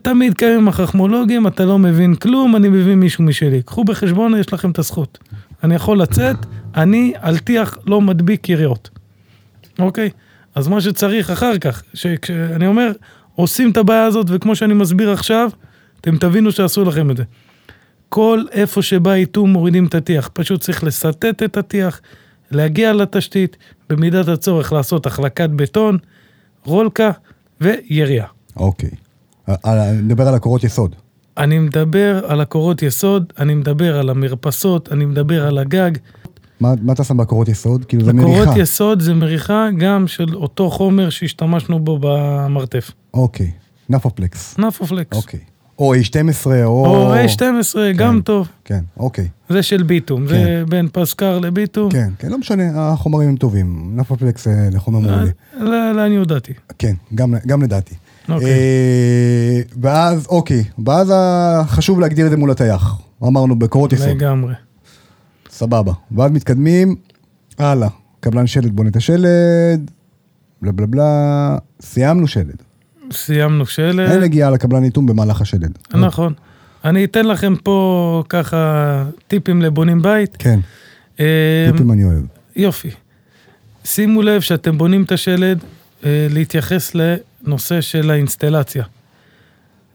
תמיד קיימים החכמולוגים, אתה לא מבין כלום, אני מבין מישהו משלי. קחו בחשבון, יש לכם את הזכות. אני יכול לצאת, אני על טיח לא מדביק יריות. אוקיי? אז מה שצריך אחר כך, שכשאני אומר, עושים את הבעיה הזאת, וכמו שאני מסביר עכשיו, אתם תבינו שעשו לכם את זה. כל איפה שבא איתום מורידים את הטיח, פשוט צריך לשרטט את הטיח, להגיע לתשתית, במידת הצורך לעשות החלקת בטון, רולקה ויריעה. אוקיי. אה, אה, נדבר על הקורות יסוד. אני מדבר על הקורות יסוד, אני מדבר על המרפסות, אני מדבר על הגג. מה מה אתה שם בקורות יסוד? כאילו זה מריחה. קורות יסוד זה מריחה גם של אותו חומר שהשתמשנו בו במרתף. אוקיי. נפופלקס. נפופלקס. אוקיי. או A12 או... או A12, גם טוב. כן, אוקיי. זה של ביטום, זה בין פסקר לביטום. כן, כן, לא משנה, החומרים הם טובים. נפופלקס אה, זה חומר מעולה. אה, לא- לעניות דעתי. כן, גם, גם לדעתי. אוקיי. אה, ואז, אוקיי, ואז ה- חשוב להגדיר את זה מול הטייח. אמרנו בקורות יסוד, לגמרי. סבבה. ואז מתקדמים, הלאה. קבלן שלד בונה את השלד, בלה בלה בלה, סיימנו שלד. סיימנו שלט. אין הגיעה לקבלן איתום במהלך השלד. נכון. אני אתן לכם פה ככה טיפים לבונים בית. כן, אה, טיפים אני אוהב. יופי. שימו לב שאתם בונים את השלד, אה, להתייחס לנושא של האינסטלציה.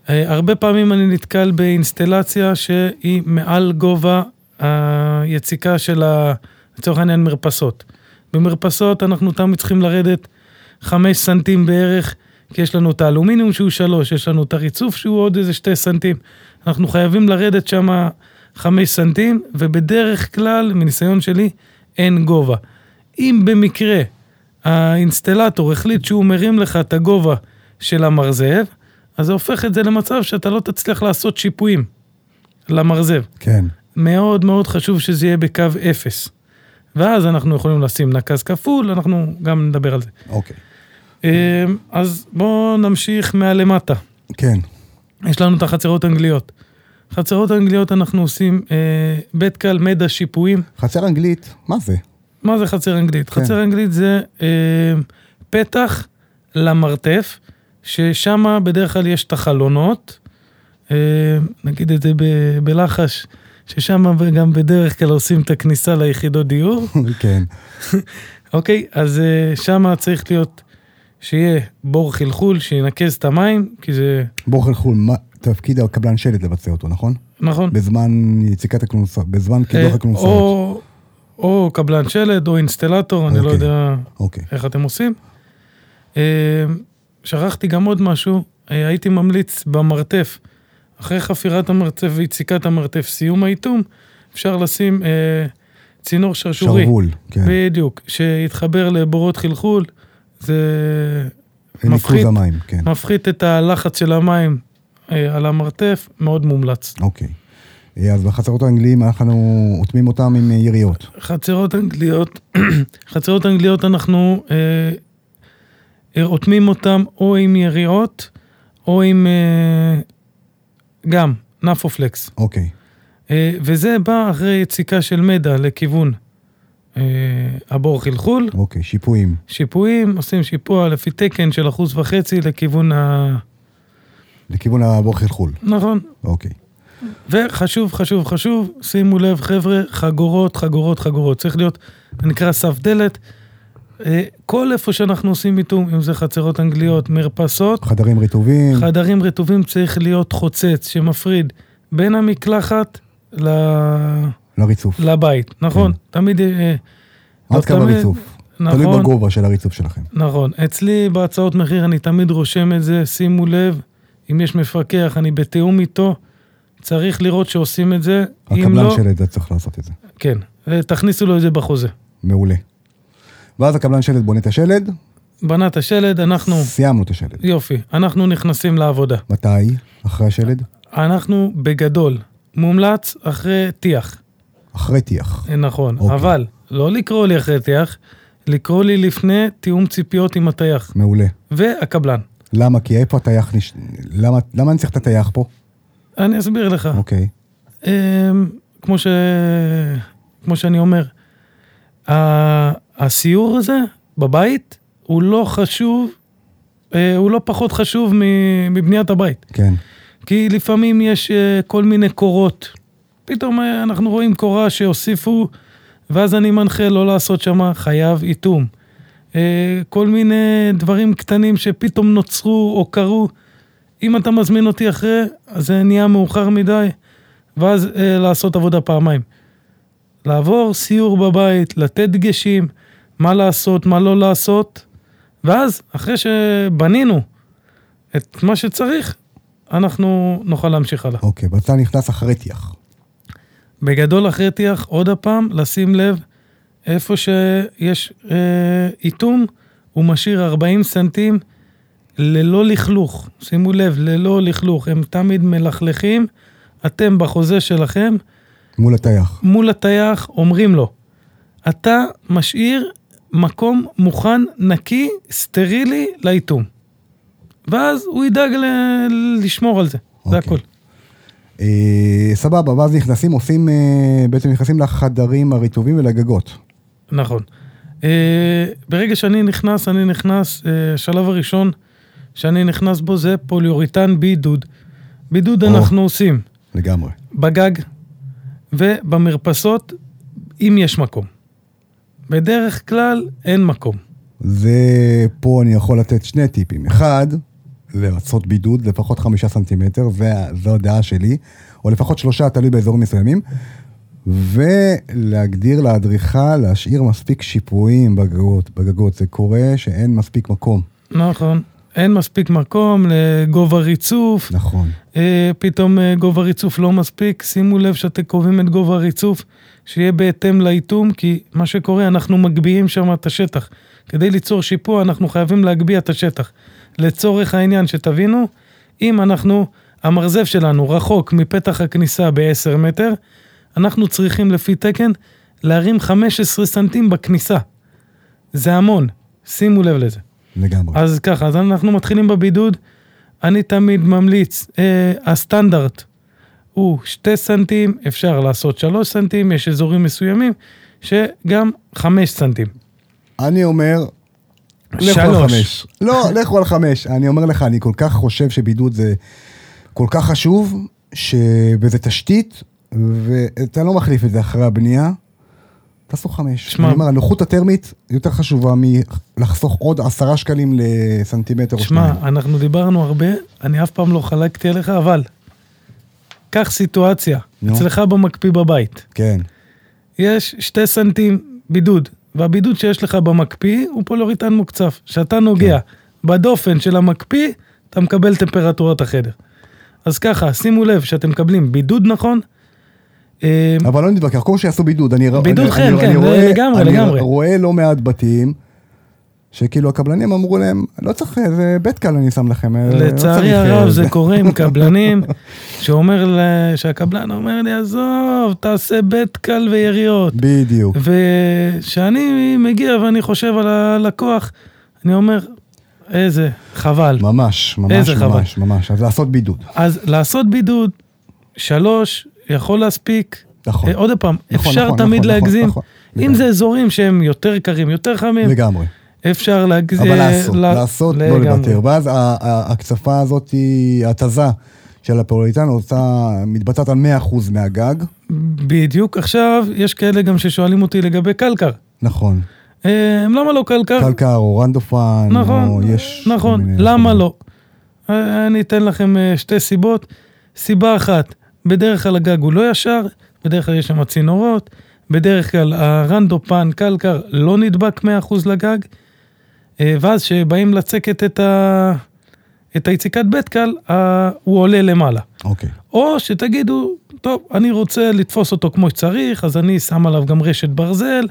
אה, הרבה פעמים אני נתקל באינסטלציה שהיא מעל גובה היציקה של, ה- לצורך העניין, מרפסות. במרפסות אנחנו תמיד צריכים לרדת חמש סנטים בערך, כי יש לנו את האלומיניום שהוא שלוש, יש לנו את הריצוף שהוא עוד איזה שתי סנטים. אנחנו חייבים לרדת שם חמש סנטים, ובדרך כלל, מניסיון שלי, אין גובה. אם במקרה האינסטלטור החליט שהוא מרים לך את הגובה של המרזב, אז זה הופך את זה למצב שאתה לא תצליח לעשות שיפועים למרזב. כן. מאוד מאוד חשוב שזה יהיה בקו אפס. ואז אנחנו יכולים לשים נקז כפול, אנחנו גם נדבר על זה. אוקיי. אה, אז בואו נמשיך מהלמטה. כן. יש לנו את החצרות האנגליות. חצרות האנגליות אנחנו עושים אה, בית קל מדע שיפועים. חצר אנגלית, מה זה? (laughs) מה זה חצר אנגלית? כן. כן. חצר אנגלית זה אה, פתח למרתף, ששם בדרך כלל יש את החלונות, אה, נגיד את זה ב- בלחש, ששם גם בדרך כלל עושים את הכניסה ליחידות דיור. כן. אוקיי, אז שם צריך להיות, שיהיה בור חלחול, שינקז את המים, כי זה, בוחר חול, מה תפקיד הקבלן שלד לבצע אותו, נכון? נכון? בזמן יציקת הכנוסה, בזמן קידוח אה, הכנוסות. או, או קבלן שלד, או אינסטלטור, אני לא אוקיי. יודע אוקיי. איך אתם עושים. אה, שכחתי גם עוד משהו, אה, הייתי ממליץ במרתף, אחרי חפירת המרתף ויציקת המרתף, סיום האיטום, אפשר לשים אה, צינור שרשורי. שרוול, כן. בדיוק, שיתחבר לבורות חלחול, זה ניקוז מפחית, המים, כן. מפחית את הלחץ של המים אה, על המרתף, מאוד מומלץ. אוקיי. אה, אז בחצרות האנגליים אנחנו אוטמים אותם עם אה, יריות. חצרות אנגליות, (clears throat) חצרות אנגליות אנחנו אה, אוטמים אותם או עם יריעות או עם אה, גם נפופלקס. אוקיי. אה, וזה בא אחרי יציקה של מדע לכיוון אה, הבור חלחול. אוקיי, שיפועים. שיפועים, עושים שיפוע לפי תקן של אחוז וחצי לכיוון ה... לכיוון הבור חלחול. נכון. אוקיי. וחשוב, חשוב, חשוב, שימו לב, חבר'ה, חגורות, חגורות, חגורות. צריך להיות, זה נקרא סף דלת. אה, כל איפה שאנחנו עושים מיתום, אם זה חצרות אנגליות, מרפסות, חדרים רטובים. חדרים רטובים צריך להיות חוצץ שמפריד בין המקלחת ל... לריצוף. לבית, נכון? כן. תמיד... אה, עד לא כמה תמיד- ריצוף. תלוי נכון. בגובה של הריצוף שלכם. נכון. אצלי בהצעות מחיר אני תמיד רושם את זה, שימו לב, אם יש מפקח, אני בתיאום איתו, צריך לראות שעושים את זה. אם הקבלן לא, שלד זה צריך לעשות את זה. כן, תכניסו לו את זה בחוזה. מעולה. ואז הקבלן שלד בונה את השלד, בנה את השלד, אנחנו, סיימנו את השלד. יופי, אנחנו נכנסים לעבודה. מתי? אחרי השלד? אנחנו בגדול, מומלץ אחרי טיח, אחרי טיח. נכון, אוקיי. אבל לא לקרוא לי אחרי טיח, לקרוא לי לפני תיאום ציפיות עם הטייח מעולה. והקבלן. למה? כי איפה הטייח נש... למה, למה אני צריך את הטייח פה? אה. אני אסביר לך. אוקיי. אמ, כמו, ש... כמו שאני אומר, ה- הסיור הזה בבית הוא לא חשוב, אה, הוא לא פחות חשוב מ- מבניית הבית. כן. כי לפעמים יש אה, כל מיני קורות. פתאום אה, אנחנו רואים קורה שהוסיפו, ואז אני מנחה לא לעשות שם חייב איטום. אה, כל מיני דברים קטנים שפתאום נוצרו או קרו. אם אתה מזמין אותי אחרי, אז זה נהיה מאוחר מדי, ואז אה, לעשות עבודה פעמיים. לעבור סיור בבית, לתת דגשים, מה לעשות, מה לא לעשות, ואז, אחרי שבנינו את מה שצריך, אנחנו נוכל להמשיך הלאה. אוקיי, ואתה נכנס אחרי טיח. בגדול אחרי טיח, עוד הפעם, לשים לב, איפה שיש אה, איתום, הוא משאיר 40 סנטים ללא לכלוך. שימו לב, ללא לכלוך. הם תמיד מלכלכים. אתם בחוזה שלכם, מול הטייח. מול הטייח, אומרים לו, אתה משאיר מקום מוכן, נקי, סטרילי, לאיתום. ואז הוא ידאג ל- לשמור על זה, זה אוקיי. הכל. אה, סבבה, ואז נכנסים, עושים, אה, בעצם נכנסים לחדרים הרטובים ולגגות. נכון. אה, ברגע שאני נכנס, אני נכנס, אה, השלב הראשון שאני נכנס בו זה פוליוריטן בידוד. בידוד או. אנחנו עושים לגמרי. בגג ובמרפסות, אם יש מקום. בדרך כלל אין מקום. זה, פה אני יכול לתת שני טיפים. אחד, לעשות בידוד לפחות חמישה סנטימטר, זה, זו הדעה שלי, או לפחות שלושה, תלוי באזורים מסוימים. ולהגדיר לאדריכל להשאיר מספיק שיפועים בגגות. בגגות זה קורה שאין מספיק מקום. נכון. אין מספיק מקום לגובה ריצוף, נכון. אה, פתאום אה, גובה ריצוף לא מספיק, שימו לב שאתם קובעים את גובה הריצוף, שיהיה בהתאם לאיטום, כי מה שקורה, אנחנו מגביהים שם את השטח. כדי ליצור שיפוע, אנחנו חייבים להגביה את השטח. לצורך העניין, שתבינו, אם אנחנו, המרזב שלנו רחוק מפתח הכניסה ב-10 מטר, אנחנו צריכים לפי תקן להרים 15 סנטים בכניסה. זה המון, שימו לב לזה. לגמרי. אז ככה, אז אנחנו מתחילים בבידוד. אני תמיד ממליץ, אה, הסטנדרט הוא שתי סנטים, אפשר לעשות שלוש סנטים, יש אזורים מסוימים שגם חמש סנטים. אני אומר, לכו על שלוש. חמש. לא, לכו על חמש. אני אומר לך, אני כל כך חושב שבידוד זה כל כך חשוב, ש... וזה תשתית, ואתה לא מחליף את זה אחרי הבנייה. תעשו חמש. שמע. אני אומר, הנוחות הטרמית יותר חשובה מלחסוך עוד עשרה שקלים לסנטימטר או שמע, שניים. אנחנו דיברנו הרבה, אני אף פעם לא חלקתי עליך, אבל קח סיטואציה, נו. אצלך במקפיא בבית, כן, יש שתי סנטים בידוד, והבידוד שיש לך במקפיא הוא פולוריטן מוקצף. כשאתה נוגע כן. בדופן של המקפיא, אתה מקבל טמפרטורת החדר. אז ככה, שימו לב שאתם מקבלים בידוד נכון. אה, אבל לא נתווכח, קודם שיעשו בידוד. אני, ר- בידוד, אני, כן, כן, רואה, לגמרי, אני לגמרי. רואה לא מעט בתים, שכאילו הקבלנים אמרו להם, לא צריך, זה בית קל אני שם לכם. אה, לא לצערי צריך, אה, הרב זה קורה (laughs) עם קבלנים, שאומר, ל- שהקבלן אומר לי, עזוב, תעשה בית קל ויריות. בדיוק. וכשאני מגיע ואני חושב על הלקוח, אני אומר, איזה חבל. ממש, ממש, איזה חבל. ממש, ממש. אז לעשות בידוד. אז לעשות בידוד, שלוש, יכול להספיק. נכון. אה, עוד פעם, נכון, אפשר נכון, תמיד נכון, להגזים. נכון, נכון. אם זה אזורים שהם יותר קרים, יותר חמים, לגמרי. אפשר להגזים. אה, אבל לעשות, לעשות, לא לוותר. ואז ה- ה- ההקצפה הזאת, היא- התזה של הפרוליטן, עושה, מתבצעת על 100% מהגג. בדיוק עכשיו, יש כאלה גם ששואלים אותי לגבי קלקר. נכון. אה, למה לא קלקר? קלקר או רנדופן, או נכון, יש... כל נכון, מיני- למה לא? אה, אני אתן לכם אה, שתי סיבות. סיבה אחת, בדרך כלל הגג הוא לא ישר, בדרך כלל יש שם צינורות, בדרך כלל הרנדופן קלקר לא נדבק 100% לגג, אה, ואז כשבאים לצקת את, ה... את היציקת בית קל, ה... הוא עולה למעלה. אוקיי. או שתגידו, טוב, אני רוצה לתפוס אותו כמו שצריך, אז אני שם עליו גם רשת ברזל,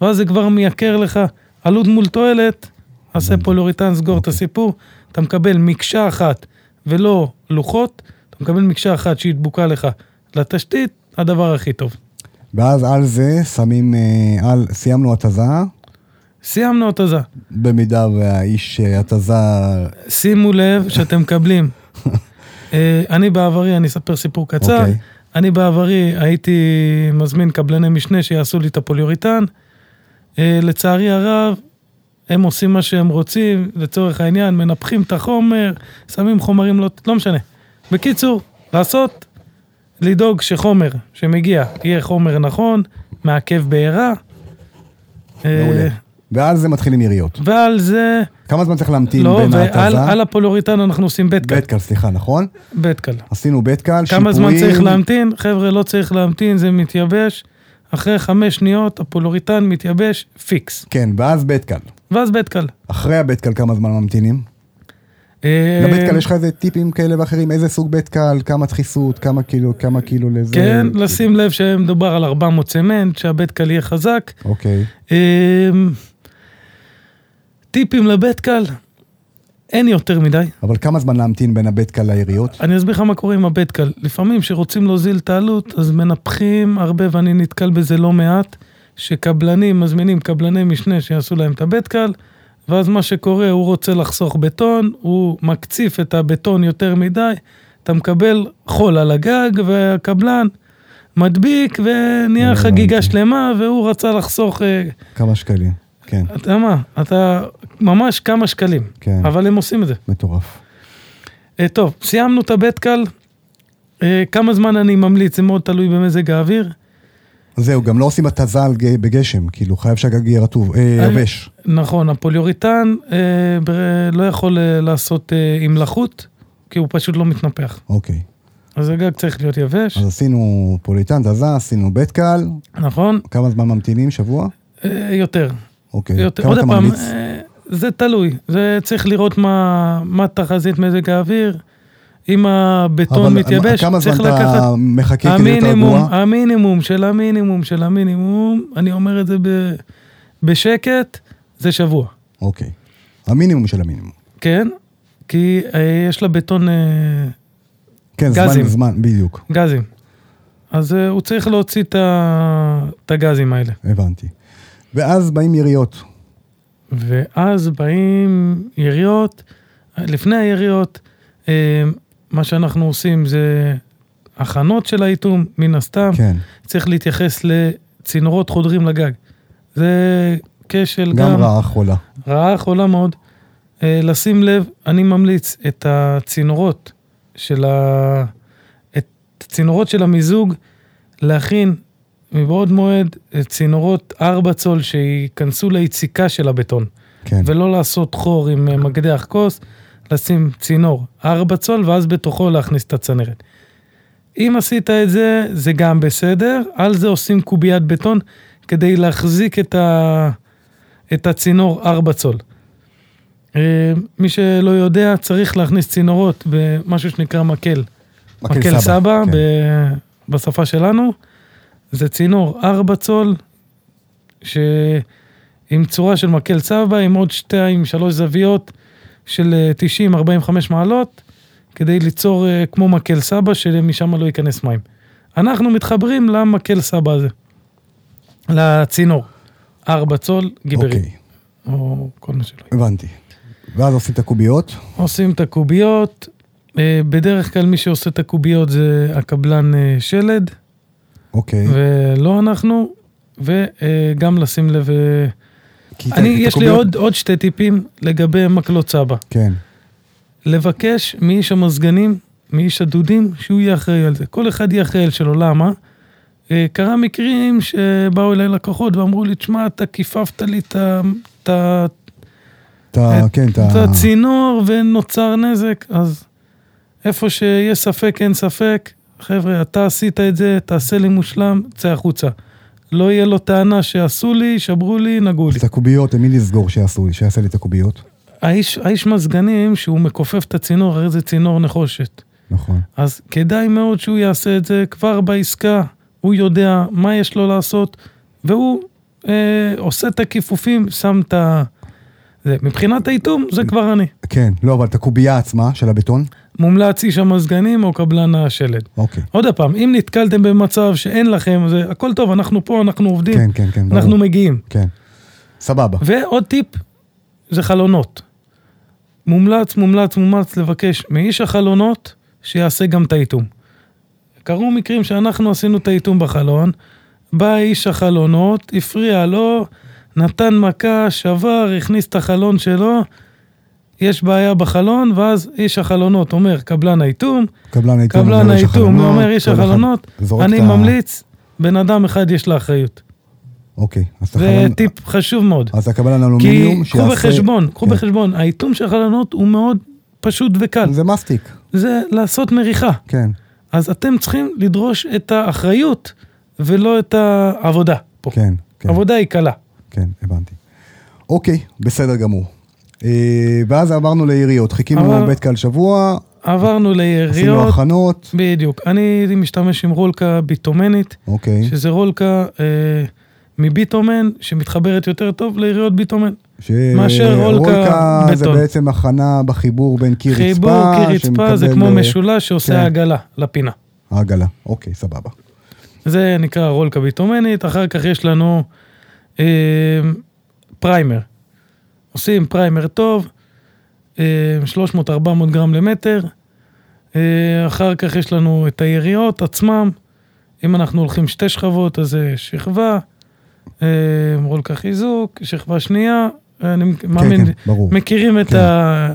ואז זה כבר מייקר לך עלות מול תועלת, עשה פולוריטן, סגור את הסיפור, אתה מקבל מקשה אחת ולא לוחות, אתה מקבל מקשה אחת שהיא דבוקה לך לתשתית, הדבר הכי טוב. ואז על זה שמים, אה, על, סיימנו התזה, סיימנו את הזה. במידה והאיש אה, התזה, שימו לב שאתם (laughs) מקבלים. אה, אני בעברי, אני אספר סיפור קצר. אוקיי. אני בעברי הייתי מזמין קבלני משנה שיעשו לי את הפוליוריטן. אה, לצערי הרב, הם עושים מה שהם רוצים, לצורך העניין, מנפחים את החומר, שמים חומרים לא... לא משנה. בקיצור, לעשות, לדאוג שחומר שמגיע יהיה חומר נכון, מעכב בעירה. אה, מעולה. ועל זה מתחילים יריות. ועל זה, כמה זמן צריך להמתין לא, בין ועל על ההתזה? הפוליוריטן אנחנו עושים בית קל. בית קל, סליחה, נכון? בית קל. עשינו בית קל, שיפועים. כמה זמן צריך להמתין? חבר'ה, לא צריך להמתין, זה מתייבש. אחרי חמש שניות הפולוריטן מתייבש פיקס. כן, ואז בית קל. ואז בית קל. אחרי הבית קל כמה זמן ממתינים? אה, לבית קל יש לך איזה טיפים כאלה ואחרים, איזה סוג בית קל, כמה דחיסות, כמה כאילו, כמה כאילו לזה. כן, לשים לב שמדובר על 400 צמנט, שהבית קל יהיה חזק. אוקיי, אה, טיפים לבית קל, אין יותר מדי. אבל כמה זמן להמתין בין הבית קל ליריות? אני אסביר לך מה קורה עם הבית קל. לפעמים כשרוצים להוזיל את העלות, אז מנפחים הרבה, ואני נתקל בזה לא מעט, שקבלנים מזמינים קבלני משנה שיעשו להם את הבית קל, ואז מה שקורה, הוא רוצה לחסוך בטון, הוא מקציף את הבטון יותר מדי, אתה מקבל חול על הגג, והקבלן מדביק, ונהיה אה, הבנתי. חגיגה שלמה, והוא רצה לחסוך... אה, כמה שקלים, כן, אתה יודע מה, אתה ממש כמה שקלים, כן. אבל הם עושים את זה. מטורף. אה, טוב, סיימנו את הבית קל. אה, כמה זמן אני ממליץ, זה מאוד תלוי במזג האוויר. זהו, גם לא עושים התזה על ג- בגשם, כאילו, חייב שהגג יהיה רטוב, אה, אה, יבש. נכון, הפוליוריטן אה, בר- לא יכול אה, לעשות אה, עם לחות, כי הוא פשוט לא מתנפח. אוקיי, אז הגג צריך להיות יבש, אז עשינו פוליטן, תזה, עשינו בית קל, נכון? כמה זמן ממתינים, שבוע? אה, יותר. אוקיי, יותר. כמה עוד אתה פעם, ממליץ? אה, זה תלוי, זה צריך לראות מה, מה תחזית מזג האוויר, אם הבטון אבל מתייבש, כמה זמן צריך לקחת... אתה מחכה כדי להיות המינימום, רגוע? המינימום של המינימום של המינימום, אני אומר את זה ב, בשקט, זה שבוע, אוקיי. המינימום של המינימום. כן? כי אה, יש לבטון אה, כן, זמן, גזים. זמן, בדיוק. גזים. אז אה, הוא צריך להוציא את ה- את הגזים האלה. הבנתי. ואז באים יריות. כן. ואז באים יריות, לפני היריות, אה, מה שאנחנו עושים זה הכנות של האיטום, מן הסתם. כן. צריך להתייחס לצינורות חודרים לגג. זה כשל גם... גם רעה חולה. רעה חולה מאוד. אה, לשים לב, אני ממליץ את הצינורות של ה... את הצינורות של המיזוג, להכין מבעוד מועד אה, צינורות 4 צול שייכנסו ליציקה של הבטון. כן. ולא לעשות חור עם אה, מקדח כוס, לשים צינור ארבע צול ואז בתוכו להכניס את הצנרת. אם עשית את זה, זה גם בסדר, על זה עושים קוביית בטון כדי להחזיק את, ה... את הצינור ארבע צול. אה, מי שלא יודע, צריך להכניס צינורות במשהו שנקרא מקל. מקל מקל סבא, כן. ב... בשפה שלנו. זה צינור ארבע צול, ש... עם צורה של מקל סבא, עם עוד שתיים, שלוש זוויות של אה, 90-45 מעלות, כדי ליצור אה, כמו מקל סבא, שמשם לא ייכנס מים. אנחנו מתחברים למקל סבא הזה, לצינור. ארבע צול, גיברי, אוקיי, או כל מה שלא. יהיה. הבנתי. ואז עושים את הקוביות. עושים את הקוביות, אה, בדרך כלל מי שעושה את הקוביות זה הקבלן אה, שלד, אוקיי. ולא אנחנו, וגם לשים לב... אה, כי את- אני, את יש לי הקוביות- עוד, עוד שתי טיפים לגבי מקלות סבא. כן. לבקש מאיש המזגנים, מאיש הדודים, שהוא יהיה אחראי על זה. כל אחד יהיה אחראי על שלו, למה? אה, קרה מקרים שבאו אליי לקוחות ואמרו לי, תשמע, אתה כיפפת לי את ה- את ה- אתה, את- כן, אתה... את הצינור ונוצר נזק, אז איפה שיש ספק אין ספק, חבר'ה, אתה עשית את זה, תעשה לי מושלם, צא החוצה. לא יהיה לו טענה שעשו לי, שברו לי, נגעו לי. את הקוביות, למי לסגור שיעשו לי, שיעשה לי את הקוביות? האיש, האיש מזגנים, שהוא מכופף את הצינור, הרי זה צינור נחושת. נכון. אז כדאי מאוד שהוא יעשה את זה כבר בעסקה, הוא יודע מה יש לו לעשות, והוא אה, עושה את הכיפופים, שם את ה... זה. מבחינת האיטום, זה כבר אני. כן, לא, אבל את הקובייה עצמה של הבטון? מומלץ איש המזגנים או קבלן השלד. אוקיי. עוד פעם, אם נתקלתם במצב שאין לכם, זה הכל טוב, אנחנו פה, אנחנו עובדים, כן, כן, כן, ברור. אנחנו מגיעים. כן. סבבה. ועוד טיפ, זה חלונות. מומלץ, מומלץ, מומלץ לבקש מאיש החלונות שיעשה גם את האיטום. קרו מקרים שאנחנו עשינו את האיטום בחלון, בא איש החלונות, הפריע לו, נתן מכה, שבר, הכניס את החלון שלו, יש בעיה בחלון, ואז איש החלונות אומר, קבלן האיטום, קבלן האיתום. קבלן אומר, "יש האיתום, לא הוא החלונות", אומר איש כל אחד החלונות, זורק אני את ה- ממליץ, בן אדם אחד יש לה אחריות. אוקיי. אז את זה החלון- טיפ חשוב מאוד. אז הקבלן כי אלומיניום קחו בחשבון, קחו כן. בחשבון, האיטום של החלונות הוא מאוד פשוט (laughs) וקל. זה מסטיק. זה לעשות מריחה. כן. אז אתם צריכים לדרוש את האחריות ולא את העבודה פה. כן. כן. עבודה היא קלה. כן, הבנתי. אוקיי, בסדר גמור. אה, ואז עברנו ליריות, חיכינו אבל- בית קהל שבוע, עברנו עשינו ליריות, הכנות, בדיוק. אני משתמש עם רולקה ביטומנית, אוקיי, שזה רולקה אה, מביטומן, שמתחברת יותר טוב ליריות ביטומן. ש- מאשר רולקה זה בטון. בעצם הכנה בחיבור בין קיר רצפה, חיבור כרצפה זה שמקבל, כמו אה, משולש כן. שעושה עגלה לפינה. העגלה, אוקיי, סבבה. זה נקרא רולקה ביטומנית, אחר כך יש לנו אה, פריימר. עושים פריימר טוב, אה, 300-400 גרם למטר, אה, אחר כך יש לנו את היריות עצמם, אם אנחנו הולכים שתי שכבות אז זה שכבה, אה, רולקה חיזוק, שכבה שנייה, אני מאמין, כן, ברור. מכירים את כן. ה...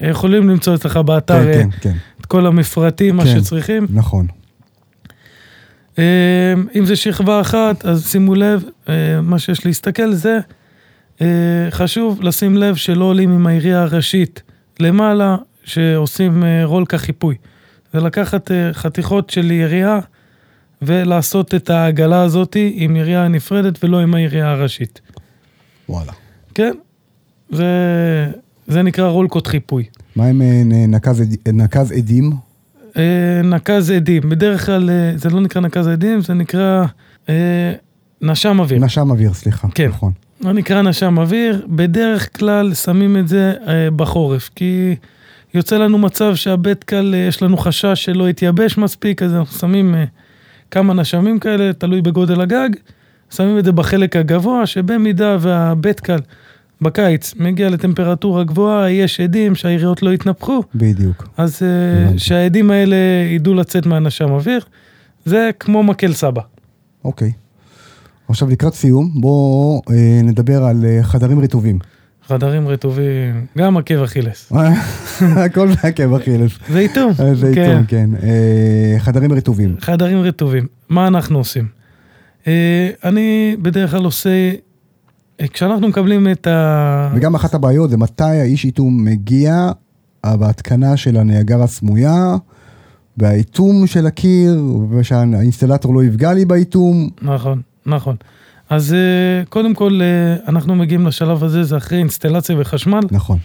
יכולים למצוא אצלך באתר כן, אה, כן, כן, את כל המפרטים, מה כן. שצריכים. נכון, אה, אם זה שכבה אחת, אז שימו לב, אה, מה שיש להסתכל זה, אה, חשוב לשים לב שלא עולים עם העירייה הראשית למעלה, שעושים אה, רולקה חיפוי. זה לקחת אה, חתיכות של יריעה ולעשות את העגלה הזאת עם יריעה נפרדת ולא עם העירייה הראשית. וואלה. כן? זה, זה נקרא רולקות חיפוי. מה עם אה, נ- נקז עד- נקז עדים? אה, נקז עדים, בדרך כלל אה, זה לא נקרא נקז עדים, זה נקרא אה, נשם אוויר. נשם אוויר, סליחה. כן. נכון. לא נקרא נשם אוויר, בדרך כלל שמים את זה אה, בחורף, כי יוצא לנו מצב שהבטקל, אה, יש לנו חשש שלא יתייבש מספיק, אז אנחנו שמים אה, כמה נשמים כאלה, תלוי בגודל הגג, שמים את זה בחלק הגבוה, שבמידה והבטקל בקיץ מגיע לטמפרטורה גבוהה, יש עדים שהיריות לא יתנפחו, בדיוק. אז אה, הבנתי. שהעדים האלה ידעו לצאת מהנשם אוויר, זה כמו מקל סבא. אוקיי. עכשיו לקראת סיום, בואו אה, נדבר על אה, חדרים רטובים. (laughs) חדרים רטובים, גם עקב אכילס. הכל מעכב, אחי. אלף. זה איתום. אה, זה כן. עיתון, כן. אה, חדרים רטובים. חדרים רטובים, מה אנחנו עושים? אה, אני בדרך כלל עושה, אה, כשאנחנו מקבלים את ה... וגם אחת הבעיות זה מתי האיש איתום מגיע אה, בהתקנה של הניאגר הסמויה, והאיתום של הקיר, ושהאינסטלטור לא יפגע לי באיתום. נכון, נכון. אז אה, קודם כל, אה, אנחנו מגיעים לשלב הזה, זה אחרי אינסטלציה וחשמל. נכון.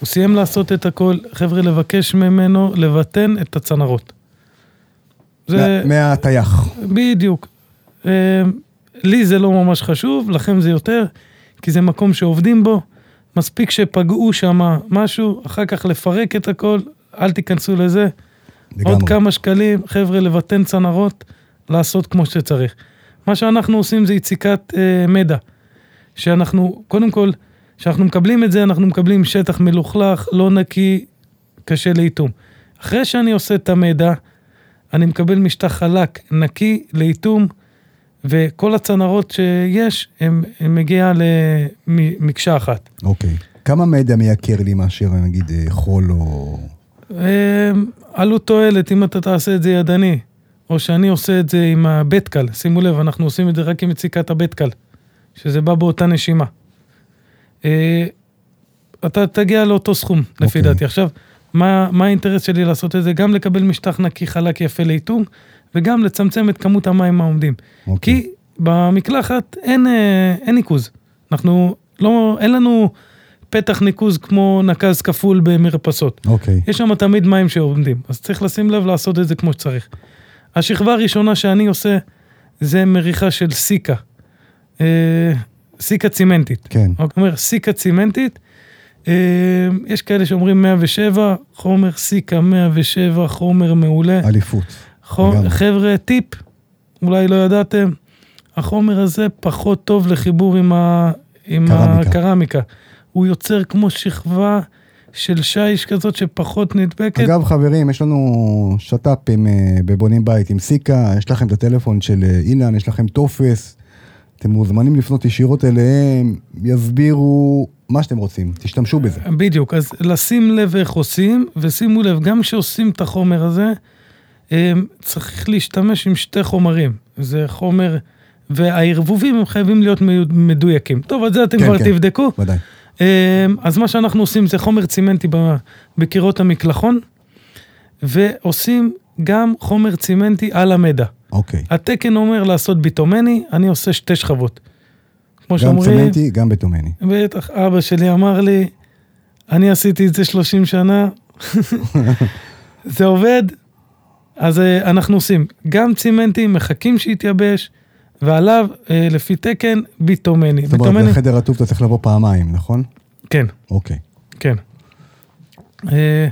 הוא סיים לעשות את הכל, חבר'ה, לבקש ממנו לבטן את הצנרות. זה מה- מהטייח. בדיוק. אה, לי זה לא ממש חשוב, לכם זה יותר, כי זה מקום שעובדים בו. מספיק שפגעו שם משהו, אחר כך לפרק את הכל, אל תיכנסו לזה. לגמרי. עוד כמה שקלים, חבר'ה, לבטן צנרות, לעשות כמו שצריך. מה שאנחנו עושים זה יציקת אה, מדע. שאנחנו, קודם כל, כשאנחנו מקבלים את זה, אנחנו מקבלים שטח מלוכלך, לא נקי, קשה לאיטום. אחרי שאני עושה את המדע, אני מקבל משטח חלק, נקי, לאיטום, וכל הצנרות שיש, הם, הם מגיעה למקשה אחת. אוקיי. כמה מדיה מייקר לי מאשר נגיד אה, חול או... אה, עלות תועלת, אם אתה תעשה את זה ידני, או שאני עושה את זה עם הבטקל, שימו לב, אנחנו עושים את זה רק עם יציקת הבטקל, שזה בא באותה נשימה. אה, אתה תגיע לאותו סכום, לפי אוקיי. דעתי. עכשיו, מה, מה האינטרס שלי לעשות את זה? גם לקבל משטח נקי חלק יפה לאיטום, וגם לצמצם את כמות המים העומדים. אוקיי. כי במקלחת אין, אה, אין ניקוז. אנחנו לא, אין לנו פתח ניקוז כמו נקז כפול במרפסות. אוקיי. יש שם תמיד מים שעומדים, אז צריך לשים לב לעשות את זה כמו שצריך. השכבה הראשונה שאני עושה זה מריחה של סיקה. אה, סיקה צימנטית. כן. אני אומר סיקה צימנטית. אה, יש כאלה שאומרים 107, חומר סיקה 107, חומר מעולה. אליפות. חו- לגמרי. חבר'ה, טיפ, אולי לא ידעתם, החומר הזה פחות טוב לחיבור עם, ה... עם קרמיקה. הקרמיקה. הוא יוצר כמו שכבה של שיש כזאת שפחות נדבקת. אגב חברים, יש לנו שת"פ עם, אה, בבונים בית עם סיקה, יש לכם את הטלפון של אה, אילן, יש לכם טופס, אתם מוזמנים לפנות ישירות אליהם, יסבירו מה שאתם רוצים, תשתמשו בזה. בדיוק, אז לשים לב איך עושים, ושימו לב, גם כשעושים את החומר הזה, אה, צריך להשתמש עם שתי חומרים. זה חומר, והערבובים הם חייבים להיות מיו- מדויקים. טוב, את זה אתם כן, כבר כן. תבדקו. ודאי. אה, אז מה שאנחנו עושים זה חומר צימנטי ב- בקירות המקלחון, ועושים גם חומר צימנטי על המדע. אוקיי. התקן אומר לעשות ביטומני, אני עושה שתי שכבות. כמו גם שאומרים, צמנטי, גם בטומני. בטח, אבא שלי אמר לי, אני עשיתי את זה 30 שנה, (laughs) זה עובד, אז אה, אנחנו עושים גם צימנטים, מחכים שיתייבש, ועליו, אה, לפי תקן, ביטומני. זאת אומרת, ביטומני, לחדר רטוב אתה צריך לבוא פעמיים, נכון? כן. אוקיי. כן. אה,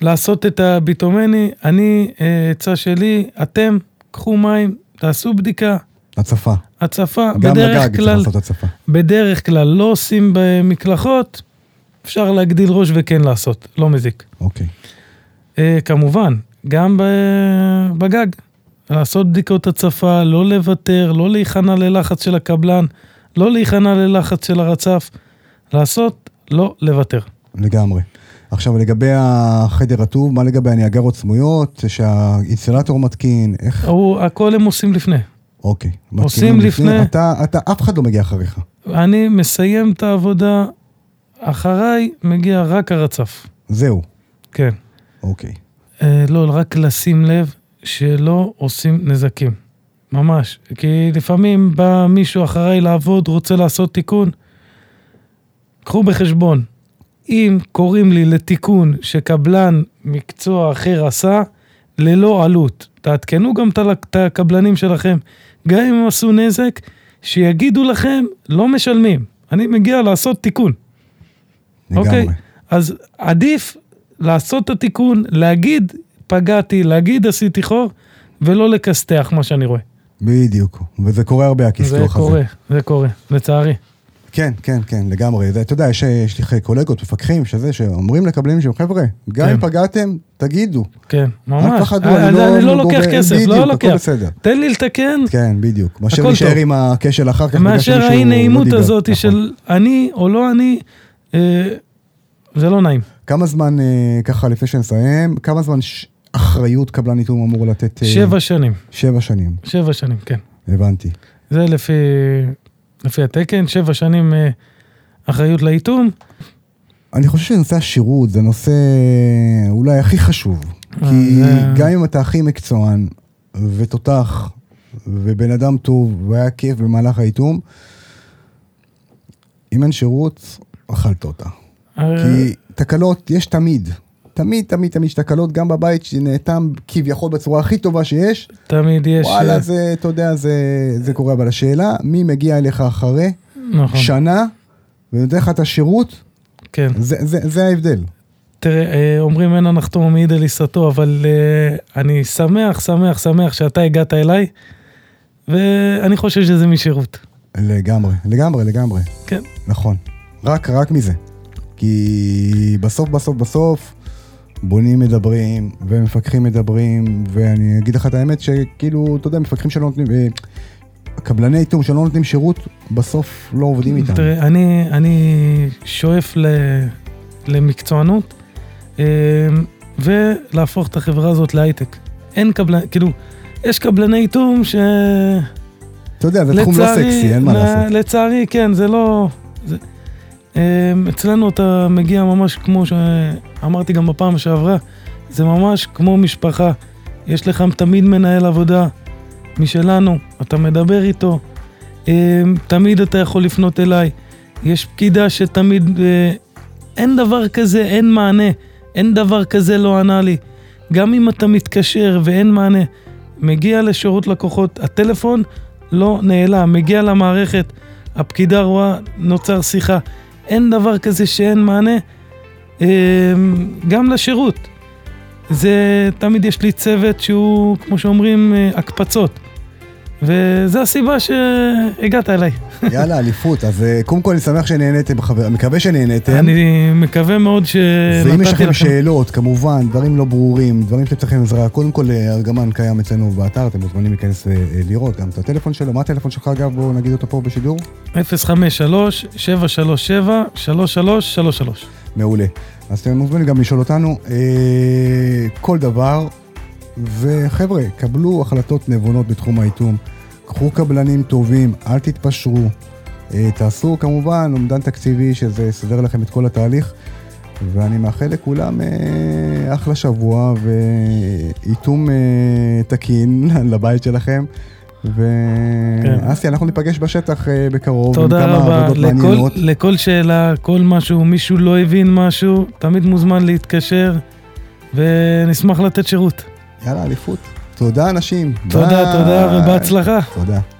לעשות את הביטומני, אני, אה, עצה שלי, אתם, קחו מים, תעשו בדיקה, הצפה. הצפה, גם בדרך לגג צריך כלל, לעשות הצפה. בדרך כלל לא עושים במקלחות, אפשר להגדיל ראש וכן לעשות, לא מזיק. אוקיי. אה, כמובן, גם ב- בגג, לעשות בדיקות הצפה, לא לוותר, לא להיכנע ללחץ של הקבלן, לא להיכנע ללחץ של הרצף, לעשות, לא לוותר. לגמרי. עכשיו לגבי החדר רטוב, מה לגבי הניאגרות סמויות, שהאינסטלטור מתקין, איך... הוא, הכל הם עושים לפני. אוקיי. מתקינים עושים לפני- אתה, אתה, אף אחד לא מגיע אחריך. אני מסיים את העבודה, אחריי מגיע רק הרצף. זהו. כן. אוקיי. אה, לא, רק לשים לב שלא עושים נזקים. ממש. כי לפעמים בא מישהו אחריי לעבוד, רוצה לעשות תיקון. קחו בחשבון, אם קוראים לי לתיקון שקבלן מקצוע אחר עשה, ללא עלות, תעדכנו גם את ה- את הקבלנים שלכם. גם אם הם עשו נזק, שיגידו לכם, לא משלמים. אני מגיע לעשות תיקון. אוקיי. לגמרי. אז עדיף לעשות את התיקון, להגיד פגעתי, להגיד עשיתי חור, ולא לכסתח מה שאני רואה. בדיוק. וזה קורה הרבה, הכסתוך זה הזה. קורה, זה קורה, לצערי. כן, כן, כן, לגמרי. זה, אתה יודע, יש, יש לי קולגות, מפקחים, שזה, שאומרים לקבלנים שהם, חבר'ה, גם כן. אם פגעתם, (laughs) תגידו. כן, אל ממש. תפחדו, אני אני לא- אני לא לא לוקח גובה- כסף, בדיוק, לא הכל לוקח. בסדר. תן לי לתקן, כן, בדיוק. מאשר הכל להישאר טוב. עם הכשל אחר כך. בגלל מאשר שמישהו האי נעימות לא דיבר. הזאת נכון. של אני או לא אני, אה, זה לא נעים. כמה זמן, אה, ככה, לפני שנסיים, כמה זמן ש- אחריות קבלן איתום אמור לתת? אה, שבע שנים, שבע שנים, שבע שנים, כן. הבנתי. זה לפי, לפי התקן, שבע שנים אה, אחריות לאיטום. אני חושב שנושא השירות זה נושא אולי הכי חשוב. אה, כי זה- גם אם אתה הכי מקצוען ותותח ובן אדם טוב והיה כיף במהלך האיתום, אם אין שירות, אכלת אותה. אה. כי תקלות יש תמיד. תמיד, תמיד, תמיד יש תקלות, גם בבית שנאטם כביכול בצורה הכי טובה שיש. תמיד יש... וואלה, אה, זה, אתה יודע, זה, זה קורה. אבל השאלה, מי מגיע אליך אחרי נכון, שנה ונותן לך את השירות, כן. זה, זה, זה ההבדל. תראה, אה, אומרים אין הנחתום מעיד על עיסתו, אבל אה, אני שמח, שמח, שמח שאתה הגעת אליי, ואני חושב שזה משירות. לגמרי, לגמרי, לגמרי, כן, נכון. רק, רק מזה. כי בסוף, בסוף, בסוף, בונים מדברים, ומפקחים מדברים, ואני אגיד לך את האמת שכאילו, אתה יודע, מפקחים שלא נותנים, אה, קבלני איתום שלא נותנים שירות, בסוף לא עובדים איתם. תראה, אני, אני שואף ל, למקצוענות, אה, ולהפוך את החברה הזאת להייטק. אין קבלן, כאילו, יש קבלני איתום ש... אתה יודע, זה תחום לא לצערי- סקסי, אין מה ל- לעשות. לצערי, כן, זה לא... זה- אמ, אצלנו אתה מגיע ממש כמו שאמרתי גם בפעם שעברה, זה ממש כמו משפחה. יש לך תמיד מנהל עבודה משלנו, אתה מדבר איתו, אמ, תמיד אתה יכול לפנות אליי. יש פקידה שתמיד... אה, אין דבר כזה, אין מענה, אין דבר כזה לא ענה לי. גם אם אתה מתקשר ואין מענה, מגיע לשירות לקוחות, הטלפון לא נעלם, מגיע למערכת, הפקידה רואה, נוצר שיחה. אין דבר כזה שאין מענה, אה, גם לשירות. זה, תמיד יש לי צוות שהוא, כמו שאומרים, אה, הקפצות. וזה הסיבה שהגעת אליי. יאללה, אליפות. אז אה, קודם כל, אני שמח שנהניתם, חבר, מקווה שנהניתם. אני מקווה מאוד כן? ואם יש שנתתי לכם לכם... שאלות, כמובן, דברים לא ברורים, דברים שאתם צריכים עזרה, קודם כל אה, ארגמן קיים אצלנו באתר, אתם מוזמנים להיכנס אה, אה, לראות גם את הטלפון שלו. מה הטלפון שלך אגב? בואו נגיד אותו פה בשידור. 053-737-3333. מעולה. אז אתם מוזמנים גם לשאול אותנו אה, כל דבר. וחבר'ה, קבלו החלטות נבונות בתחום האיתום. קחו קבלנים טובים, אל תתפשרו. אה, תעשו כמובן אומדן תקציבי שזה יסדר לכם את כל התהליך. ואני מאחל לכולם אה, אחלה שבוע ואיתום אה, תקין (laughs) לבית שלכם. כן. ואסי, אנחנו ניפגש בשטח אה, בקרוב. עם תודה כמה רבה. עבודות לכל, מעניינות. לכל שאלה, כל משהו, מישהו לא הבין משהו, תמיד מוזמן להתקשר, ונשמח לתת שירות. יאללה, אליפות. תודה, אנשים. תודה, ביי. תודה ובהצלחה. תודה.